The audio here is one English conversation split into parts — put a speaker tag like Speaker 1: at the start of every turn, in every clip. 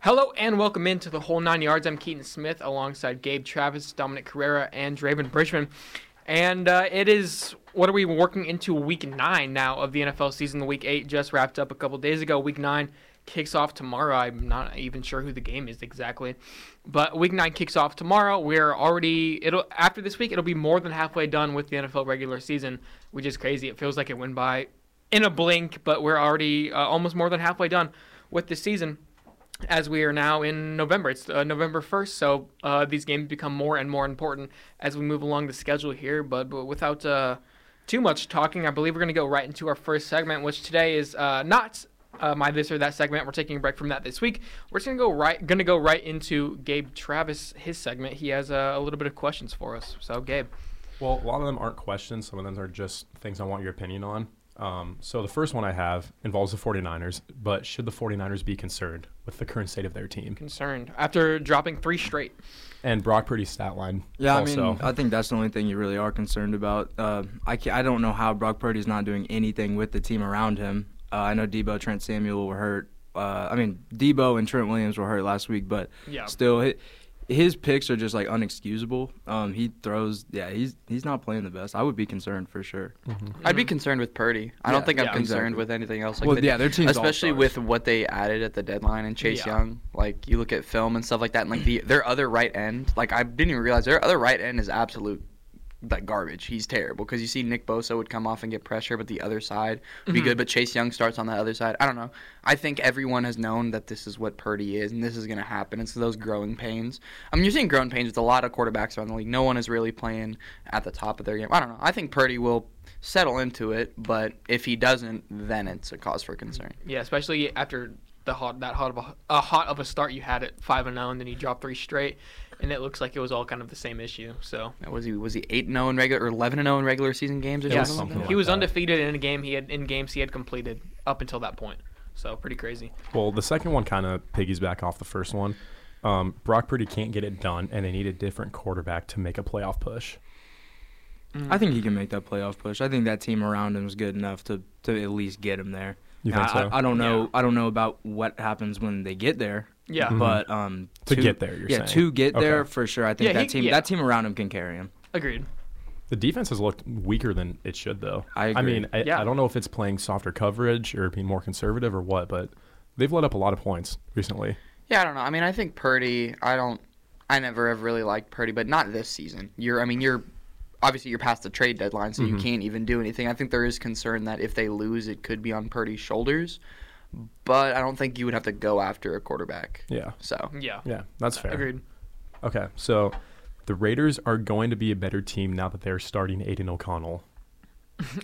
Speaker 1: Hello and welcome into the whole nine yards. I'm Keaton Smith alongside Gabe Travis, Dominic Carrera, and Draven Bridgman. And uh, it is what are we working into week nine now of the NFL season? Week eight just wrapped up a couple days ago. Week nine kicks off tomorrow. I'm not even sure who the game is exactly, but week nine kicks off tomorrow. We're already it'll after this week it'll be more than halfway done with the NFL regular season, which is crazy. It feels like it went by in a blink, but we're already uh, almost more than halfway done with the season as we are now in November. It's uh, November 1st, so uh, these games become more and more important as we move along the schedule here. But, but without uh, too much talking, I believe we're going to go right into our first segment, which today is uh, not. Uh, my this or that segment. We're taking a break from that this week. We're just gonna go right, gonna go right into Gabe Travis his segment. He has uh, a little bit of questions for us. So Gabe,
Speaker 2: Well, a lot of them aren't questions. Some of them are just things I want your opinion on. Um, so the first one I have involves the 49ers, but should the 49ers be concerned with the current state of their team
Speaker 1: concerned after dropping three straight.
Speaker 2: and Brock Purdy's stat line?
Speaker 3: Yeah, I
Speaker 2: also.
Speaker 3: mean, I think that's the only thing you really are concerned about. Uh, I ca I don't know how Brock Purdy's not doing anything with the team around him. Uh, I know Debo, Trent Samuel were hurt. Uh, I mean, Debo and Trent Williams were hurt last week, but
Speaker 1: Yeah.
Speaker 3: still, hi his picks are just like unexcusable. Um, he throws, yeah, he's he's not playing the best. I would be concerned for sure.
Speaker 4: I'd be concerned with Purdy. I
Speaker 3: Yeah,
Speaker 4: don't think I'm
Speaker 3: yeah,
Speaker 4: concerned
Speaker 3: exactly.
Speaker 4: with anything else. Like
Speaker 3: well,
Speaker 4: that.
Speaker 3: yeah, their team's
Speaker 4: especially
Speaker 3: all-stars.
Speaker 4: with what they added at the deadline and Chase
Speaker 1: Yeah.
Speaker 4: Young. Like you look at film and stuff like that, and like the their other right end. Like I didn't even realize their other right end is absolute like garbage. He's terrible because you see Nick Bosa would come off and get pressure, but the other side would be good. But Chase Young starts on the other side. I don't know. I think everyone has known that this is what Purdy is, and this is going to happen. It's those growing pains. I mean, you're seeing growing pains with a lot of quarterbacks around the league. No one is really playing at the top of their game. I don't know. I think Purdy will settle into it, but if he doesn't, then it's a cause for concern.
Speaker 1: Yeah, especially after the hot that hot of a, a hot of a start you had at five and zero, and then you dropped three straight, and it looks like it was all kind of the same issue. So
Speaker 4: Now, Was he was he eight and zero in regular or eleven and zero in regular season games or
Speaker 2: Yeah,
Speaker 4: something? like
Speaker 2: something
Speaker 4: that?
Speaker 1: he
Speaker 2: like
Speaker 1: was
Speaker 2: that.
Speaker 1: undefeated in a game he had in games he had completed up until that point. So pretty crazy.
Speaker 2: Well, the second one kind of piggyback off the first one. Um, Brock Purdy can't get it done, and they need a different quarterback to make a playoff push.
Speaker 3: I think he
Speaker 1: Mm-hmm.
Speaker 3: can make that playoff push. I think that team around him is good enough to, to at least get him there.
Speaker 2: You think
Speaker 3: I, I-
Speaker 2: so?
Speaker 3: I, don't know. I don't know about what happens when they get there.
Speaker 1: Yeah. Mhm.
Speaker 3: but um,
Speaker 2: Mm-hmm. To get there, you're
Speaker 3: yeah,
Speaker 2: saying.
Speaker 3: to get there
Speaker 2: Okay.
Speaker 3: for sure. I think
Speaker 1: Yeah,
Speaker 3: that
Speaker 1: he-
Speaker 3: team
Speaker 1: yeah.
Speaker 3: that team around him can carry him.
Speaker 1: Agreed.
Speaker 2: The defense has looked weaker than it should, though.
Speaker 3: I agree.
Speaker 2: mean, I,
Speaker 1: Yeah.
Speaker 2: I don't know if it's playing softer coverage or being more conservative or what, but they've let up a lot of points recently.
Speaker 4: Yeah, I don't know. I mean, I think Purdy. I don't. I never have really liked Purdy, but not this season. You're. I mean, you're. Obviously, you're past the trade deadline, so you can't even do anything. I think there is concern that if they lose, it could be on Purdy's shoulders. But I don't think you would have to go after a quarterback.
Speaker 2: Yeah,
Speaker 4: So
Speaker 1: Yeah.
Speaker 2: yeah, that's fair.
Speaker 1: Agreed.
Speaker 2: Okay, so the Raiders are going to be a better team now that they're starting Aiden O'Connell.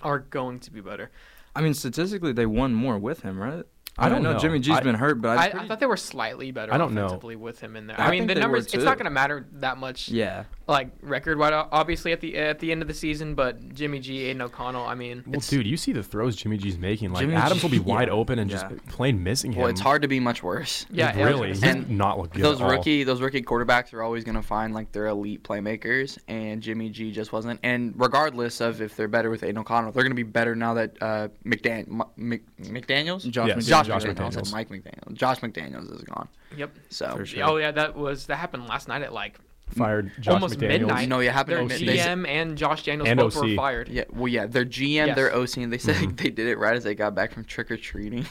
Speaker 1: Are going to be better.
Speaker 3: I mean, statistically, they won more with him, right?
Speaker 2: I don't
Speaker 3: mean,
Speaker 2: know.
Speaker 3: Jimmy G's
Speaker 2: I-
Speaker 3: been hurt, but I,
Speaker 1: I, I thought they were slightly better
Speaker 2: I don't know.
Speaker 1: offensively with him in there.
Speaker 3: I
Speaker 1: I, mean
Speaker 3: think
Speaker 1: the
Speaker 3: they were
Speaker 1: numbers it's not
Speaker 3: too.
Speaker 1: gonna matter that much
Speaker 3: yeah,
Speaker 1: like record wise obviously at the at the end of the season, but Jimmy G, Aiden O'Connell, I mean
Speaker 2: Well, dude, you see the throws Jimmy G's making. Like
Speaker 3: Jimmy
Speaker 2: Adams
Speaker 3: G-
Speaker 2: will be wide
Speaker 3: yeah,
Speaker 2: open and
Speaker 3: yeah.
Speaker 2: just plain missing him.
Speaker 4: well, it's hard to be much worse.
Speaker 1: yeah, it was-
Speaker 2: really, he did
Speaker 4: And
Speaker 2: not look good.
Speaker 4: Those
Speaker 2: at all.
Speaker 4: rookie, those rookie quarterbacks are always going to find like their elite playmakers, and Jimmy G just wasn't. And regardless of if they're better with Aiden O'Connell, they're going to be better now that uh, McDan- M- Mc- McDaniel's,
Speaker 3: Josh
Speaker 2: Yes.
Speaker 3: McDaniels.
Speaker 4: Josh,
Speaker 2: Josh
Speaker 4: McDaniels, I said
Speaker 2: McDaniels.
Speaker 4: Mike McDaniel, Josh McDaniels is gone.
Speaker 1: Yep.
Speaker 4: So
Speaker 3: For sure.
Speaker 1: Oh yeah, that was that happened last night at like
Speaker 2: fired Josh
Speaker 1: almost
Speaker 2: McDaniels.
Speaker 1: midnight.
Speaker 4: You know, it happened
Speaker 1: Their
Speaker 4: at midnight.
Speaker 1: GM and Josh Daniels
Speaker 2: And
Speaker 1: both were
Speaker 2: OC.
Speaker 1: fired.
Speaker 4: yeah, well, yeah, their GM,
Speaker 1: Yes.
Speaker 4: their OC, and they said they did it right as they got back from trick or treating.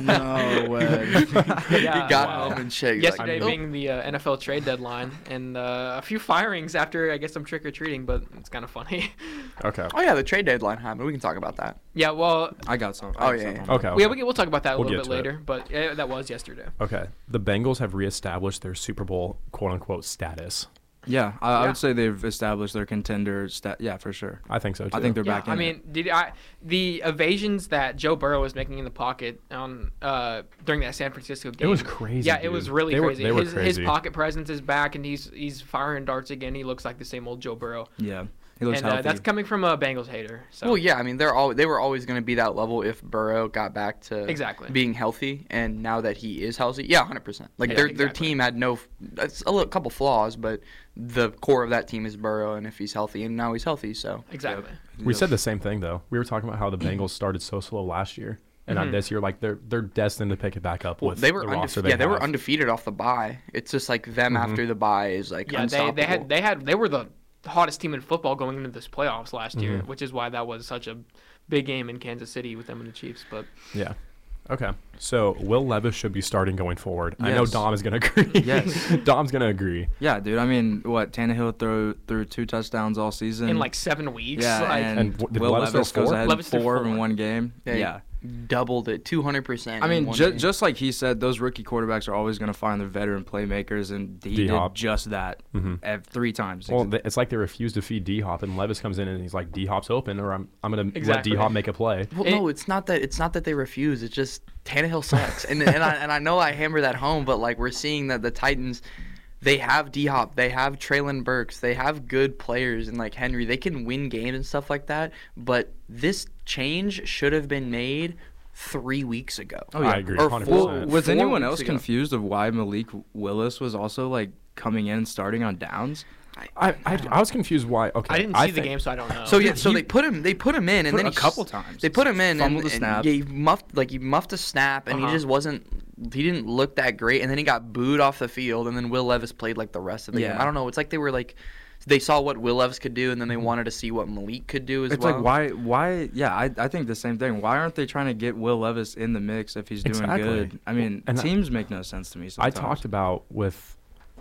Speaker 3: no way.
Speaker 4: he
Speaker 1: Yeah.
Speaker 4: got
Speaker 2: Wow.
Speaker 4: home and shit. he's like, oh,
Speaker 1: Yesterday
Speaker 4: "Nope."
Speaker 1: being the uh, NFL trade deadline and uh, a few firings after I guess some trick or treating, but it's kind of funny.
Speaker 2: Okay.
Speaker 4: oh yeah, the trade deadline happened. We can talk about that.
Speaker 1: yeah, well,
Speaker 3: I got some.
Speaker 4: Oh,
Speaker 3: I got
Speaker 4: yeah,
Speaker 3: something.
Speaker 4: yeah.
Speaker 2: Okay.
Speaker 1: yeah, we can, we'll talk about that a
Speaker 2: We'll
Speaker 1: little
Speaker 2: get
Speaker 1: bit
Speaker 2: to
Speaker 1: later, but uh, that was yesterday.
Speaker 2: okay. The Bengals have reestablished their Super Bowl quote unquote status.
Speaker 3: Yeah, I, I
Speaker 1: Yeah.
Speaker 3: would say they've established their contender. Stat- yeah, for sure.
Speaker 2: I think so too.
Speaker 3: I think they're
Speaker 1: Yeah,
Speaker 3: back. In
Speaker 1: I
Speaker 3: it.
Speaker 1: mean, did I the evasions that Joe Burrow was making in the pocket on uh, during that San Francisco game?
Speaker 2: was crazy,
Speaker 1: Yeah, it was
Speaker 2: dude.
Speaker 1: really
Speaker 2: They were-
Speaker 1: crazy.
Speaker 2: they were
Speaker 1: his,
Speaker 2: crazy.
Speaker 1: His pocket presence is back, and he's he's firing darts again. He looks like the same old Joe Burrow,
Speaker 3: yeah, he looks
Speaker 1: and
Speaker 3: healthy.
Speaker 1: uh, that's coming from a Bengals hater. So
Speaker 4: Well, yeah, I mean, they're all they were always going to be that level if Burrow got back to
Speaker 1: Exactly.
Speaker 4: being healthy, and now that he is healthy, yeah, hundred percent. Like
Speaker 1: Yeah,
Speaker 4: their their
Speaker 1: exactly.
Speaker 4: team had no, it's a little, couple flaws, but the core of that team is Burrow, and if he's healthy, and now he's healthy, so
Speaker 1: exactly.
Speaker 2: we said the same thing though. We were talking about how the Bengals started so slow last year, and not this year. Like they're they're destined to pick it back up
Speaker 4: Mm-hmm. Well,
Speaker 2: with
Speaker 4: they were
Speaker 2: the
Speaker 4: undefe-
Speaker 2: roster
Speaker 4: yeah, they were
Speaker 2: have. Mm-hmm.
Speaker 4: undefeated off the bye. It's just like them after the bye is like
Speaker 1: Yeah, they,
Speaker 4: unstoppable.
Speaker 1: they had they had they were the hottest team in football going into this playoffs last year, which is why that was such a big game in Kansas City with them and the Chiefs. But
Speaker 2: Yeah. Okay. So Will Levis should be starting going forward. I know
Speaker 3: Yes.
Speaker 2: Dom is going to agree.
Speaker 3: Yes.
Speaker 2: Dom's going to agree.
Speaker 3: Yeah, dude. I mean, what Tannehill threw threw two touchdowns all season.
Speaker 1: in like seven weeks,
Speaker 3: yeah,
Speaker 1: like,
Speaker 3: and,
Speaker 2: And w- did
Speaker 3: Will
Speaker 2: Levis
Speaker 3: Levis,
Speaker 2: throw
Speaker 3: goes
Speaker 2: four?
Speaker 3: ahead
Speaker 1: Levis threw
Speaker 3: four, in
Speaker 1: four.
Speaker 3: one game.
Speaker 4: They
Speaker 3: yeah.
Speaker 4: doubled it, two hundred percent.
Speaker 3: I mean, ju- just like he said, those rookie quarterbacks are always going to find their veteran playmakers, and he
Speaker 2: D-Hop.
Speaker 3: did just that
Speaker 2: Mhm.
Speaker 3: ev- three times.
Speaker 2: Well, th- it's like they refuse to feed D Hop, and Levis comes in and he's like, D Hop's open, or I'm, I'm going to let
Speaker 1: Exactly.
Speaker 2: D Hop make a play.
Speaker 4: Well,
Speaker 1: It-
Speaker 4: no, it's not that. It's not that they refuse. It's just Tannehill sucks, and and I, and I know I hammer that home, but like we're seeing that the Titans, they have D Hop, they have Traylon Burks, they have good players, and like Henry, they can win games and stuff like that. But this change should have been made three weeks ago.
Speaker 3: Oh, yeah.
Speaker 2: I agree.
Speaker 4: Or
Speaker 2: 100%.
Speaker 3: Well, was
Speaker 4: Four
Speaker 3: anyone
Speaker 4: weeks
Speaker 3: else
Speaker 4: ago.
Speaker 3: confused of why Malik Willis was also like coming in and starting on downs?
Speaker 2: I, I, I was confused why. Okay.
Speaker 1: I didn't see the
Speaker 2: think-
Speaker 1: game, so I don't
Speaker 3: Oh.
Speaker 1: know.
Speaker 4: So yeah, so they put him. They put him in, and
Speaker 3: Put
Speaker 4: then
Speaker 3: a
Speaker 4: he
Speaker 3: couple
Speaker 4: s-
Speaker 3: times.
Speaker 4: They put him in, and,
Speaker 3: Fumbled the
Speaker 4: and,
Speaker 3: snap.
Speaker 4: yeah, he muffed like he muffed a snap, and
Speaker 1: Uh-huh.
Speaker 4: he just wasn't. He didn't look that great, and then he got booed off the field, and then Will Levis played like the rest of the game.
Speaker 3: Yeah.
Speaker 4: I don't know. It's like they were like, they saw what Will Levis could do, and then they wanted to see what Malik could do as
Speaker 3: Mm-hmm. It's
Speaker 4: well.
Speaker 3: like why why yeah, I, I think the same thing. Why aren't they trying to get Will Levis in the mix if he's doing
Speaker 2: Exactly.
Speaker 3: good? I mean,
Speaker 2: And I-
Speaker 3: teams make no sense to me
Speaker 2: I
Speaker 3: sometimes.
Speaker 2: talked about with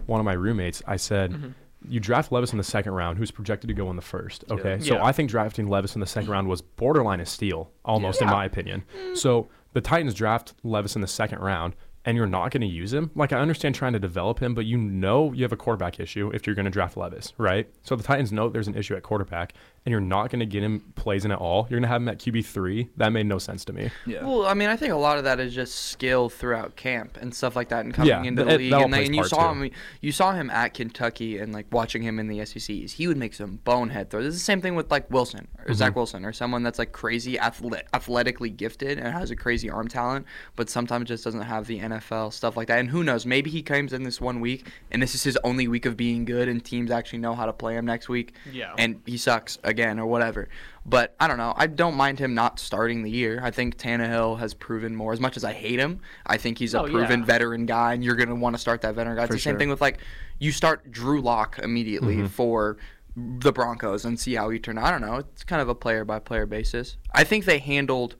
Speaker 2: one of my roommates. I said,
Speaker 1: Mm-hmm.
Speaker 2: you draft Levis in the second round, who's projected to go in the first. Okay, so
Speaker 1: Yeah.
Speaker 2: I think drafting Levis in the second round was borderline a steal, almost in my opinion.
Speaker 1: Mm.
Speaker 2: So the Titans draft Levis in the second round. And you're not going to use him. Like I understand trying to develop him, but you know you have a quarterback issue if you're going to draft Levis, right? So the Titans know there's an issue at quarterback, and you're not going to get him plays in at all. You're going to have him at QB three. That made no sense to me.
Speaker 3: Yeah.
Speaker 4: Well, I mean, I think a lot of that is just skill throughout camp and stuff like that, and coming
Speaker 2: Yeah,
Speaker 4: into
Speaker 2: that-
Speaker 4: the league.
Speaker 2: that all
Speaker 4: And, they,
Speaker 2: plays
Speaker 4: and you
Speaker 2: part
Speaker 4: saw
Speaker 2: too.
Speaker 4: him, you saw him at Kentucky, and like watching him in the SECs, he would make some bonehead throws. It's the same thing with like Wilson or
Speaker 1: Mm-hmm.
Speaker 4: Zach Wilson or someone that's like crazy athle- athletically gifted and has a crazy arm talent, but sometimes just doesn't have the NFL stuff like that. And who knows? Maybe he comes in this one week, and this is his only week of being good, and teams actually know how to play him next week.
Speaker 1: Yeah.
Speaker 4: And and he sucks again or whatever. But I don't know. I don't mind him not starting the year. I think Tannehill has proven more. As much as I hate him, I think he's a
Speaker 1: Oh,
Speaker 4: proven
Speaker 1: yeah.
Speaker 4: veteran guy, and you're gonna want to start that veteran guy. It's
Speaker 3: For
Speaker 4: the same
Speaker 3: sure. Mm-hmm.
Speaker 4: thing with like you start Drew Lock immediately for the Broncos and see how he turned. I don't know. It's kind of a player by player basis. I think they handled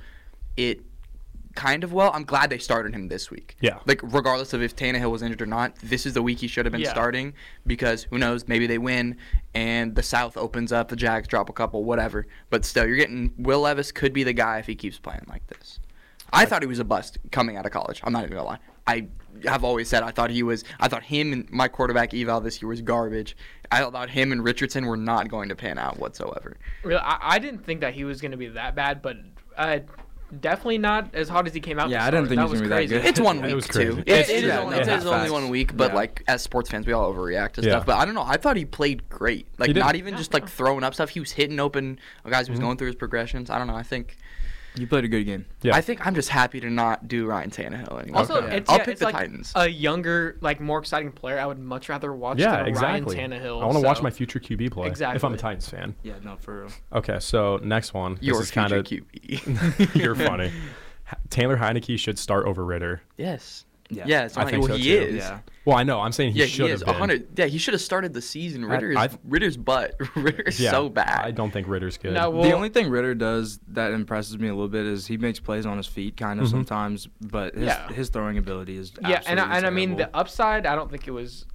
Speaker 4: it kind of well. I'm glad they started him this week.
Speaker 2: Yeah.
Speaker 4: Like regardless of if Tannehill was injured or not, this is the week he should have been
Speaker 1: Yeah.
Speaker 4: starting because who knows, maybe they win and the South opens up, the Jags drop a couple, whatever. But still you're getting Will Levis could be the guy if he keeps playing like this. I thought he was a bust coming out of college. I'm not even gonna lie. I have always said I thought he was I thought him and my quarterback eval this year was garbage. I thought him and Richardson were not going to pan out whatsoever.
Speaker 1: really, I, I didn't think that he was going to be that bad, but uh, definitely not as hot as he came out.
Speaker 3: Yeah,
Speaker 1: to
Speaker 3: I didn't
Speaker 1: start.
Speaker 3: think he was
Speaker 1: that
Speaker 3: gonna be that
Speaker 1: crazy.
Speaker 3: good.
Speaker 4: It's one
Speaker 2: It was
Speaker 4: week
Speaker 2: crazy.
Speaker 4: too.
Speaker 2: It's
Speaker 4: It- it is
Speaker 3: true.
Speaker 4: only,
Speaker 3: Yeah,
Speaker 4: it is only
Speaker 3: facts.
Speaker 4: one week, but
Speaker 3: Yeah.
Speaker 4: like as sports fans, we all overreact to
Speaker 2: Yeah.
Speaker 4: stuff. But I don't know. I thought he played great. Like
Speaker 2: He did. Mm-hmm.
Speaker 4: not even just like throwing up stuff. He was hitting open guys. He was going through his progressions. I don't know. I think.
Speaker 3: You played a good game.
Speaker 2: Yeah.
Speaker 4: I think I'm just happy to not do Ryan Tannehill anymore.
Speaker 1: Also,
Speaker 4: Yeah.
Speaker 1: it's,
Speaker 4: I'll
Speaker 1: yeah,
Speaker 4: pick
Speaker 1: it's
Speaker 4: the
Speaker 1: like uh,
Speaker 4: Titans.
Speaker 1: a younger, like more exciting player. I would much rather watch
Speaker 2: Yeah,
Speaker 1: than
Speaker 2: exactly.
Speaker 1: Ryan Tannehill.
Speaker 2: I want to watch
Speaker 1: so-
Speaker 2: my future QB play if I'm a
Speaker 1: Exactly.
Speaker 2: Titans fan.
Speaker 3: Yeah, no, for real.
Speaker 2: Okay, so next one.
Speaker 4: Your
Speaker 2: this is kind
Speaker 4: future E.
Speaker 2: of
Speaker 4: QB.
Speaker 2: you're funny. H- Taylor Heineke should start over Ritter.
Speaker 3: Yeah.
Speaker 4: yes. Yeah. yeah it's
Speaker 2: I
Speaker 4: not,
Speaker 2: think
Speaker 4: well,
Speaker 2: so,
Speaker 4: he
Speaker 2: too.
Speaker 4: is.
Speaker 3: Yeah.
Speaker 2: Well, I know. I'm saying he
Speaker 4: Yeah, he
Speaker 2: should
Speaker 4: is.
Speaker 2: have been.
Speaker 4: 100. Yeah, he should have started the season. Ritter is,
Speaker 2: I-
Speaker 4: Ritter's butt. Ritter's
Speaker 2: Yeah,
Speaker 4: so bad.
Speaker 2: I don't think Ritter's good.
Speaker 1: No, well,
Speaker 3: the only thing Ritter does that impresses me a little bit is he makes plays on his feet, kind of sometimes, but his,
Speaker 1: Mm-hmm. Yeah.
Speaker 3: his throwing ability is
Speaker 1: yeah, and I,
Speaker 3: absolutely
Speaker 1: and I mean the
Speaker 3: terrible.
Speaker 1: upside. I don't think it was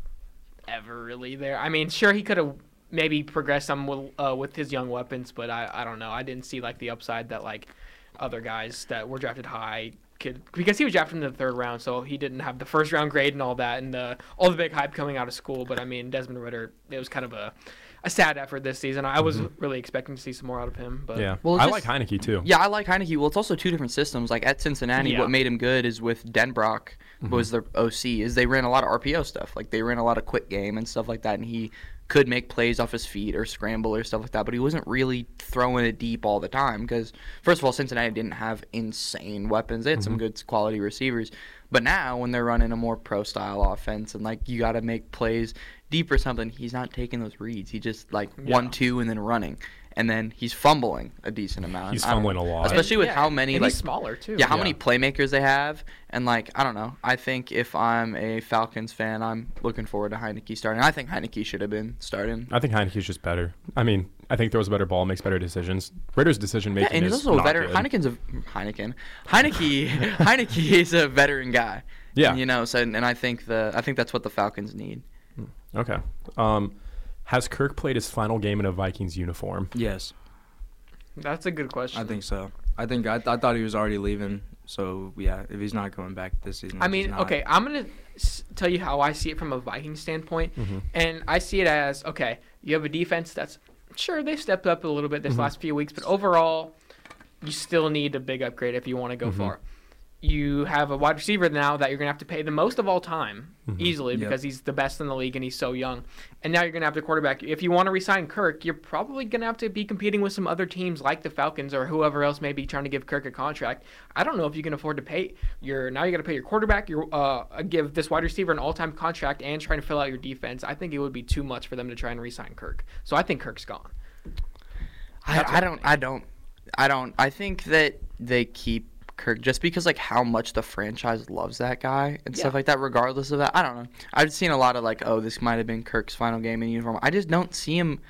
Speaker 1: ever really there. I mean, sure he could have maybe progressed some with, uh, with his young weapons, but I, I don't know. I didn't see like the upside that like other guys that were drafted high could because he was drafted in the third round, so he didn't have the first round grade and all that and the all the big hype coming out of school. But I mean, Desmond Ritter, it was kind of a a sad effort this season. I was really expecting to see some more out of him, but
Speaker 2: Yeah.
Speaker 4: Well,
Speaker 2: I
Speaker 4: it's
Speaker 2: like Heineke too.
Speaker 4: Yeah, I like Heineke. Well, it's also two different systems. Like at Cincinnati,
Speaker 1: Yeah.
Speaker 4: what made him good is with Denbrock
Speaker 2: Mm-hmm.
Speaker 4: was their OC. Is they ran a lot of RPO stuff. Like they ran a lot of quick game and stuff like that, and he could make plays off his feet or scramble or stuff like that. But he wasn't really throwing it deep all the time because first of all, Cincinnati didn't have insane weapons. They had
Speaker 2: Mm-hmm.
Speaker 4: some good quality receivers, but now when they're running a more pro style offense and like you got to make plays deep or something, he's not taking those reads. He just like
Speaker 1: Yeah.
Speaker 4: one two and then running. and then he's fumbling a decent amount.
Speaker 2: He's
Speaker 4: I don't
Speaker 2: fumbling
Speaker 4: know.
Speaker 2: a lot.
Speaker 4: especially with
Speaker 1: Yeah,
Speaker 4: how many
Speaker 1: and
Speaker 4: like
Speaker 1: he's smaller too.
Speaker 4: yeah, how
Speaker 2: Yeah.
Speaker 4: many playmakers they have, and like I don't know. I think if I'm a Falcons fan, I'm looking forward to Heineke starting. I think Heineke should have been starting.
Speaker 2: I think Heineke's just better. I mean, I think throws a better ball, makes better decisions. Ritter's decision
Speaker 4: Yeah,
Speaker 2: making
Speaker 4: and he's
Speaker 2: is
Speaker 4: also a
Speaker 2: not
Speaker 4: veteran.
Speaker 2: good.
Speaker 4: Heineken's a Heineken. Heineke Heineke is a veteran guy.
Speaker 2: Yeah.
Speaker 4: you know. So and, and I think the I think that's what the Falcons need.
Speaker 2: Okay. Um, has Kirk played his final game in a Vikings uniform?
Speaker 3: Yes,
Speaker 1: That's a good question.
Speaker 3: I think so. I think I, th- I thought he was already leaving. So yeah, if he's not coming back this season,
Speaker 1: I
Speaker 3: which he's
Speaker 1: mean,
Speaker 3: not,
Speaker 1: okay, I'm gonna s- tell you how I see it from a Viking standpoint, and I see it as okay, you have a defense that's sure they stepped up a little bit this last few weeks, but overall, you still need a big upgrade if you want to go far. You have a wide receiver now that you're gonna have to pay the most of all time easily
Speaker 3: Yep.
Speaker 1: because he's the best in the league and he's so young, and now you're gonna have the quarterback. If you want to resign Kirk, you're probably gonna have to be competing with some other teams like the Falcons or whoever else may be trying to give Kirk a contract. I don't know if you can afford to pay your now you got to pay your quarterback, your uh give this wide receiver an all-time contract and trying to fill out your defense. I think it would be too much for them to try and resign Kirk. So I think Kirk's gone. That's
Speaker 4: I,
Speaker 1: what
Speaker 4: I
Speaker 1: I
Speaker 4: don't. I don't. I don't. I think that they keep Kirk just because like how much the franchise loves that guy and stuff
Speaker 1: Yeah.
Speaker 4: like that. Regardless of that, I don't know. I've seen a lot of like, oh, this might have been Kirk's final game in uniform. I just don't see him.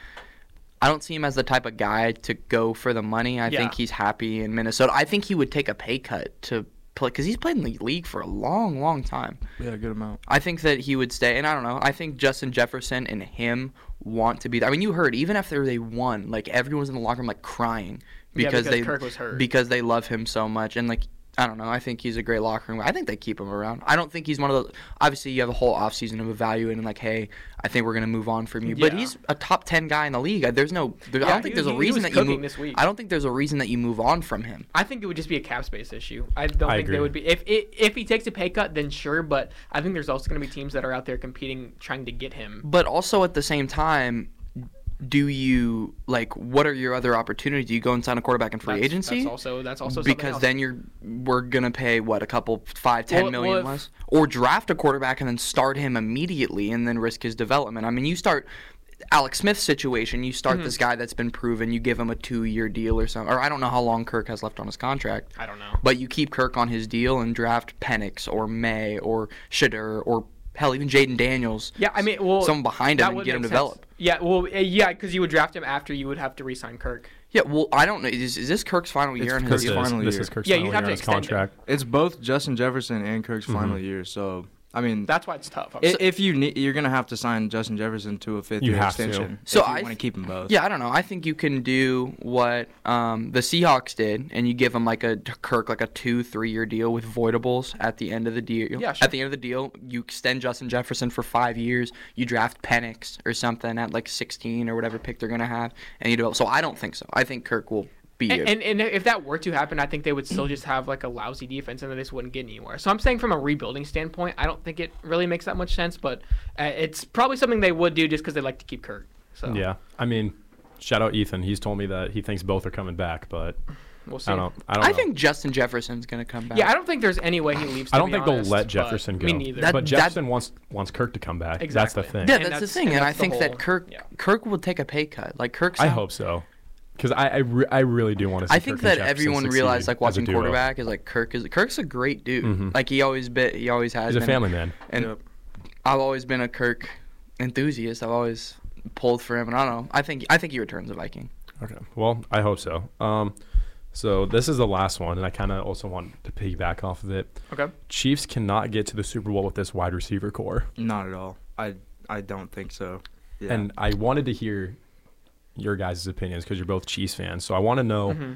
Speaker 4: I don't see him as the type of guy to go for the money. I think
Speaker 1: Yeah.
Speaker 4: he's happy in Minnesota. I think he would take a pay cut to play because he's played in the league for a long, long time.
Speaker 3: yeah, good amount.
Speaker 4: I think that he would stay, and I don't know. I think Justin Jefferson and him want to be. I mean, you heard even after they won, like everyone was in the locker room like crying
Speaker 1: Yeah,
Speaker 4: because,
Speaker 1: because
Speaker 4: they
Speaker 1: Kirk was hurt.
Speaker 4: because they love him so much, and like I don't know. I think he's a great locker room. guy. I think they keep him around. I don't think he's one of those. Obviously, you have a whole offseason of evaluating, like, hey, I think we're gonna move on from you. But
Speaker 1: Yeah.
Speaker 4: he's a top ten guy in the league. There's no. There, I
Speaker 1: Yeah,
Speaker 4: don't
Speaker 1: he-
Speaker 4: think there's a
Speaker 1: he- he
Speaker 4: reason
Speaker 1: was
Speaker 4: that you
Speaker 1: cooking
Speaker 4: move.
Speaker 1: this week.
Speaker 4: I don't think there's a reason that you move on from him.
Speaker 1: I think it would just be a cap space issue. I don't
Speaker 2: I
Speaker 1: think
Speaker 2: agree.
Speaker 1: they would be if, if if he takes a pay cut, then sure. But I think there's also going to be teams that are out there competing, trying to get him.
Speaker 4: but also at the same time do you like what are your other opportunities do you go and sign a quarterback in free
Speaker 1: That's-
Speaker 4: agency
Speaker 1: That's also that's also something
Speaker 4: because
Speaker 1: else.
Speaker 4: then you're we're gonna pay what a couple five ten
Speaker 1: Well,
Speaker 4: million
Speaker 1: well, if-
Speaker 4: less or draft a quarterback and then start him immediately and then risk his development i mean you start alex smith's situation you start this
Speaker 1: Mm-hmm.
Speaker 4: guy that's been proven you give him a two-year deal or something or i don't know how long kirk has left on his contract
Speaker 1: I don't know.
Speaker 4: but you keep Kirk on his deal and draft Penix or May or Shadur or hell even Jaden Daniels.
Speaker 1: Yeah, I mean, well,
Speaker 4: someone behind
Speaker 1: that
Speaker 4: him and
Speaker 1: would
Speaker 4: get him
Speaker 1: make sense.
Speaker 4: developed.
Speaker 1: Yeah, well, uh, yeah, because you would draft him after you would have to re-sign Kirk.
Speaker 4: Yeah, well, I don't know. Is, is this Kirk's final year in
Speaker 2: This
Speaker 4: his
Speaker 3: Kirk's
Speaker 2: is,
Speaker 3: final
Speaker 2: this
Speaker 3: year.
Speaker 2: is Kirk's
Speaker 1: Yeah,
Speaker 2: final
Speaker 1: you'd have
Speaker 2: year
Speaker 1: to
Speaker 2: on
Speaker 1: extend
Speaker 2: his
Speaker 1: it.
Speaker 2: contract.
Speaker 3: It's both Justin Jefferson and Kirk's
Speaker 1: Mm-hmm.
Speaker 3: final year. So I mean,
Speaker 1: That's why it's tough.
Speaker 3: i- if you need, you're gonna have to sign Justin Jefferson to a fifth
Speaker 2: You
Speaker 3: year
Speaker 2: have to.
Speaker 3: extension.
Speaker 4: So
Speaker 3: if you
Speaker 4: I
Speaker 3: want to
Speaker 4: th-
Speaker 3: keep them both.
Speaker 4: Yeah, I don't know. I think you can do what um, the Seahawks did, and you give them like a Kirk like a two three year deal with voidables at the end of the deal.
Speaker 1: Yeah, sure.
Speaker 4: At the end of the deal, you extend Justin Jefferson for five years. You draft Penix or something at like sixteen or whatever pick they're gonna have, and you develop. So I don't think so. I think Kirk will be. a-
Speaker 1: And, and, and if that were to happen, I think they would still just have like a lousy defense, and then they just wouldn't get anywhere. So I'm saying, from a rebuilding standpoint, I don't think it really makes that much sense. But uh, it's probably something they would do just because they like to keep Kirk. So
Speaker 4: Oh.
Speaker 2: Yeah. I mean, shout out Ethan. He's told me that he thinks both are coming back, but
Speaker 1: we'll see.
Speaker 2: I don't. I don't.
Speaker 4: I
Speaker 2: know.
Speaker 4: think Justin Jefferson's gonna come back.
Speaker 1: Yeah, I don't think there's any way he leaves. To
Speaker 2: I don't
Speaker 1: be
Speaker 2: think
Speaker 1: honest,
Speaker 2: they'll let
Speaker 1: but
Speaker 2: Jefferson go.
Speaker 1: Me neither.
Speaker 4: That-
Speaker 2: but Jefferson wants wants Kirk to come back. That's the
Speaker 1: Exactly.
Speaker 2: thing.
Speaker 4: Yeah,
Speaker 1: And
Speaker 4: that's, the
Speaker 1: that's-
Speaker 4: thing,
Speaker 1: and
Speaker 4: and, I
Speaker 1: that's the
Speaker 4: think
Speaker 1: whole-
Speaker 4: that Kirk
Speaker 1: yeah.
Speaker 4: Kirk will take a pay cut. Like Kirk's.
Speaker 2: I
Speaker 4: not-
Speaker 2: hope so, because I I, re- I really do want to. See
Speaker 4: I think
Speaker 2: Kirk and
Speaker 4: that
Speaker 2: Jefferson
Speaker 4: everyone
Speaker 2: succeed
Speaker 4: realized like
Speaker 2: as a
Speaker 4: watching
Speaker 2: duo.
Speaker 4: quarterback is like Kirk is Kirk's a great dude. Like he always been, he always has.
Speaker 2: He's a
Speaker 4: been.
Speaker 2: family man.
Speaker 4: And
Speaker 3: Yep.
Speaker 4: I've always been a Kirk enthusiast. I've always pulled for him, and I don't know. I think I think he returns a Viking.
Speaker 2: Okay. Well, I hope so. Um, so this is the last one, and I kind of also want to piggyback off of it.
Speaker 1: okay.
Speaker 2: Chiefs cannot get to the Super Bowl with this wide receiver core,
Speaker 3: Not at all. I I don't think so. Yeah.
Speaker 2: and I wanted to hear your guys' opinions because you're both Chiefs fans. So I want to know,
Speaker 1: Mm-hmm.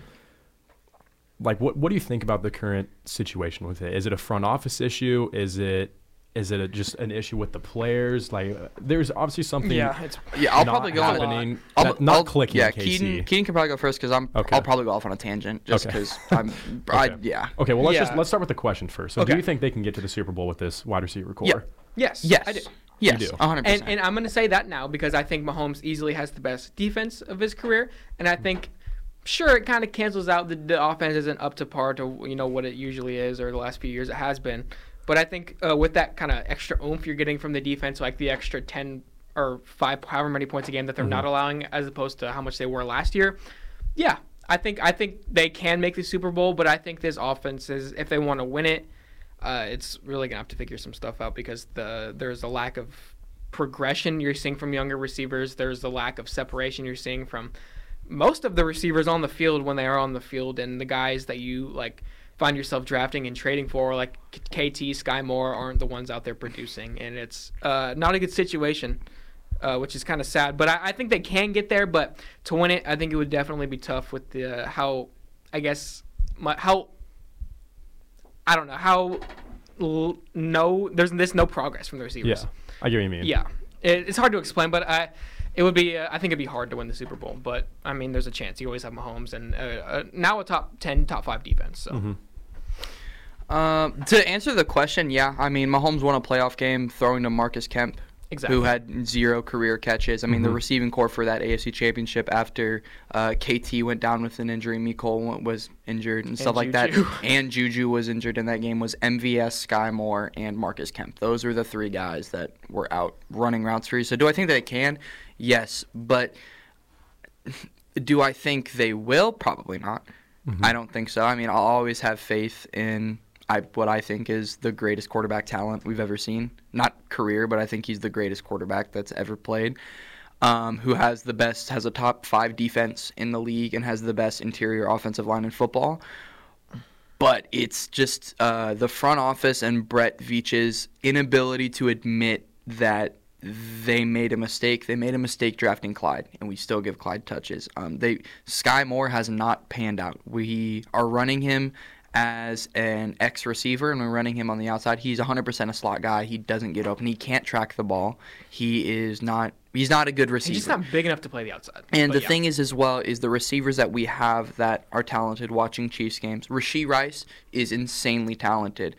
Speaker 2: like, what what do you think about the current situation with it? Is it a front office issue? Is it is it a, just an issue with the players? Like, uh, there's obviously something.
Speaker 1: Yeah, it's
Speaker 4: Yeah, I'll
Speaker 2: not
Speaker 4: probably go on.
Speaker 2: happening.
Speaker 4: I'll,
Speaker 2: that- not
Speaker 4: I'll-
Speaker 2: clicking.
Speaker 4: Yeah,
Speaker 2: KC.
Speaker 4: Keaton, Keaton can probably go first because I'm.
Speaker 2: Okay.
Speaker 4: I'll probably go off on a tangent just
Speaker 2: Okay.
Speaker 4: because I'm. I,
Speaker 2: Okay.
Speaker 4: yeah.
Speaker 2: Okay, well let's
Speaker 1: Yeah.
Speaker 2: just let's start with the question first. So do
Speaker 1: Okay.
Speaker 2: you think they can get to the Super Bowl with this wide receiver core?
Speaker 1: yes.
Speaker 4: Yes.
Speaker 1: I do.
Speaker 4: Yes.
Speaker 2: do.
Speaker 4: 100.
Speaker 1: And, and I'm going to say that now because I think Mahomes easily has the best defense of his career, and I think sure it kind of cancels out the, the offense isn't up to par to you know what it usually is or the last few years it has been, but I think uh, with that kind of extra oomph you're getting from the defense, like the extra ten or five, however many points a game that they're not allowing, as opposed to how much they were last year. Yeah, I think I think they can make the Super Bowl, but I think this offense is if they want to win it, uh, it's really gonna have to figure some stuff out because the there's a lack of progression you're seeing from younger receivers. There's the lack of separation you're seeing from most of the receivers on the field when they are on the field, and the guys that you like find yourself drafting and trading for, like K- KT, Sky Moore, aren't the ones out there producing, and it's uh, not a good situation, uh, which is kind of sad. But I, I think they can get there, but to win it, I think it would definitely be tough with the uh, how, I guess, my, how I don't know how l- no there's there's no progress from the receivers.
Speaker 2: Yeah, I get what you mean.
Speaker 1: Yeah, it, it's hard to explain, but I, it would be. Uh, I think it'd be hard to win the Super Bowl, but I mean, there's a chance. You always have Mahomes, and uh, uh, now a top ten, top five defense. So
Speaker 4: Um, to answer the question, yeah, I mean Mahomes won a playoff game throwing to Marcus Kemp,
Speaker 1: Exactly.
Speaker 4: who had zero career catches. I mean the receiving core for that AFC Championship after uh, KT went down with an injury, Nicole went, was injured and, stuff like
Speaker 1: Juju.
Speaker 4: that, and Juju was injured in that game. Was MVS, Sky Moore, and Marcus Kemp. Those were the three guys that were out running routes for you. So do I think that it can? Yes, but do I think they will? Probably not. I don't think so. I mean, I'll always have faith in I, what I think is the greatest quarterback talent we've ever seen. Not career, but I think he's the greatest quarterback that's ever played. Um, who has the best, has a top five defense in the league, and has the best interior offensive line in football but it's just uh, the front office and Brett Veach's inability to admit that they made a mistake. They made a mistake drafting Clyde, and we still give Clyde touches. Um, they Sky Moore has not panned out. We are running him as an X receiver, and we're running him on the outside. He's 100% a slot guy. He doesn't get open. He can't track the ball. He is not. He's not a good receiver.
Speaker 1: he's just not big enough to play the outside.
Speaker 4: And
Speaker 1: But
Speaker 4: the
Speaker 1: yeah.
Speaker 4: thing is, as well, is the receivers that we have that are talented watching Chiefs games. Rasheed Rice is insanely talented.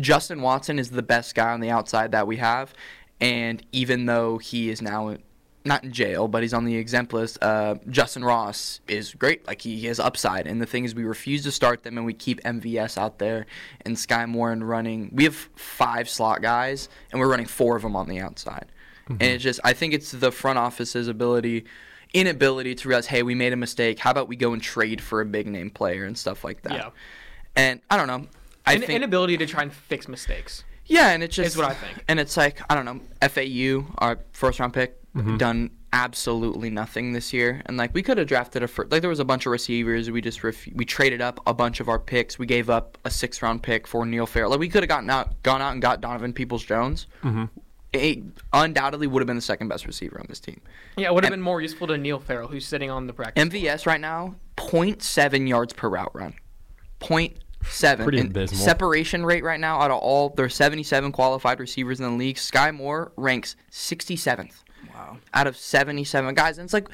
Speaker 4: Justin Watson is the best guy on the outside that we have. And even though he is now in- not in jail, but he's on the exempt list, uh, Justin Ross is great. Like, he has upside. And the thing is, we refuse to start them and we keep MVS out there and Sky Moore and running. We have five slot guys, and we're running four of them on the outside. And it's just, I think it's the front office's ability, inability to realize, hey, we made a mistake. How about we go and trade for a big name player and stuff like that?
Speaker 1: Yeah.
Speaker 4: And I don't know. I
Speaker 1: An-
Speaker 4: think,
Speaker 1: inability to try and fix mistakes.
Speaker 4: yeah, and it's just
Speaker 1: is what I think.
Speaker 4: And it's like I don't know, FAU, our first round pick, done absolutely nothing this year. And like we could have drafted a first, like there was a bunch of receivers. We just ref- we traded up a bunch of our picks. We gave up a sixth round pick for Neil Farrell. Like we could have gotten out, gone out and got Donovan Peoples Jones. Mm-hmm. It undoubtedly would have been the second best receiver on this team.
Speaker 1: Yeah, it would have been more useful to Neil Farrell, who's sitting on the practice.
Speaker 4: MVS right now, 0.7 yards per route run. 0.7.
Speaker 2: Pretty
Speaker 4: And
Speaker 2: abysmal.
Speaker 4: Separation rate right now out of all their 77 qualified receivers in the league, Sky Moore ranks 67th
Speaker 3: Wow.
Speaker 4: out of 77 guys. And it's like,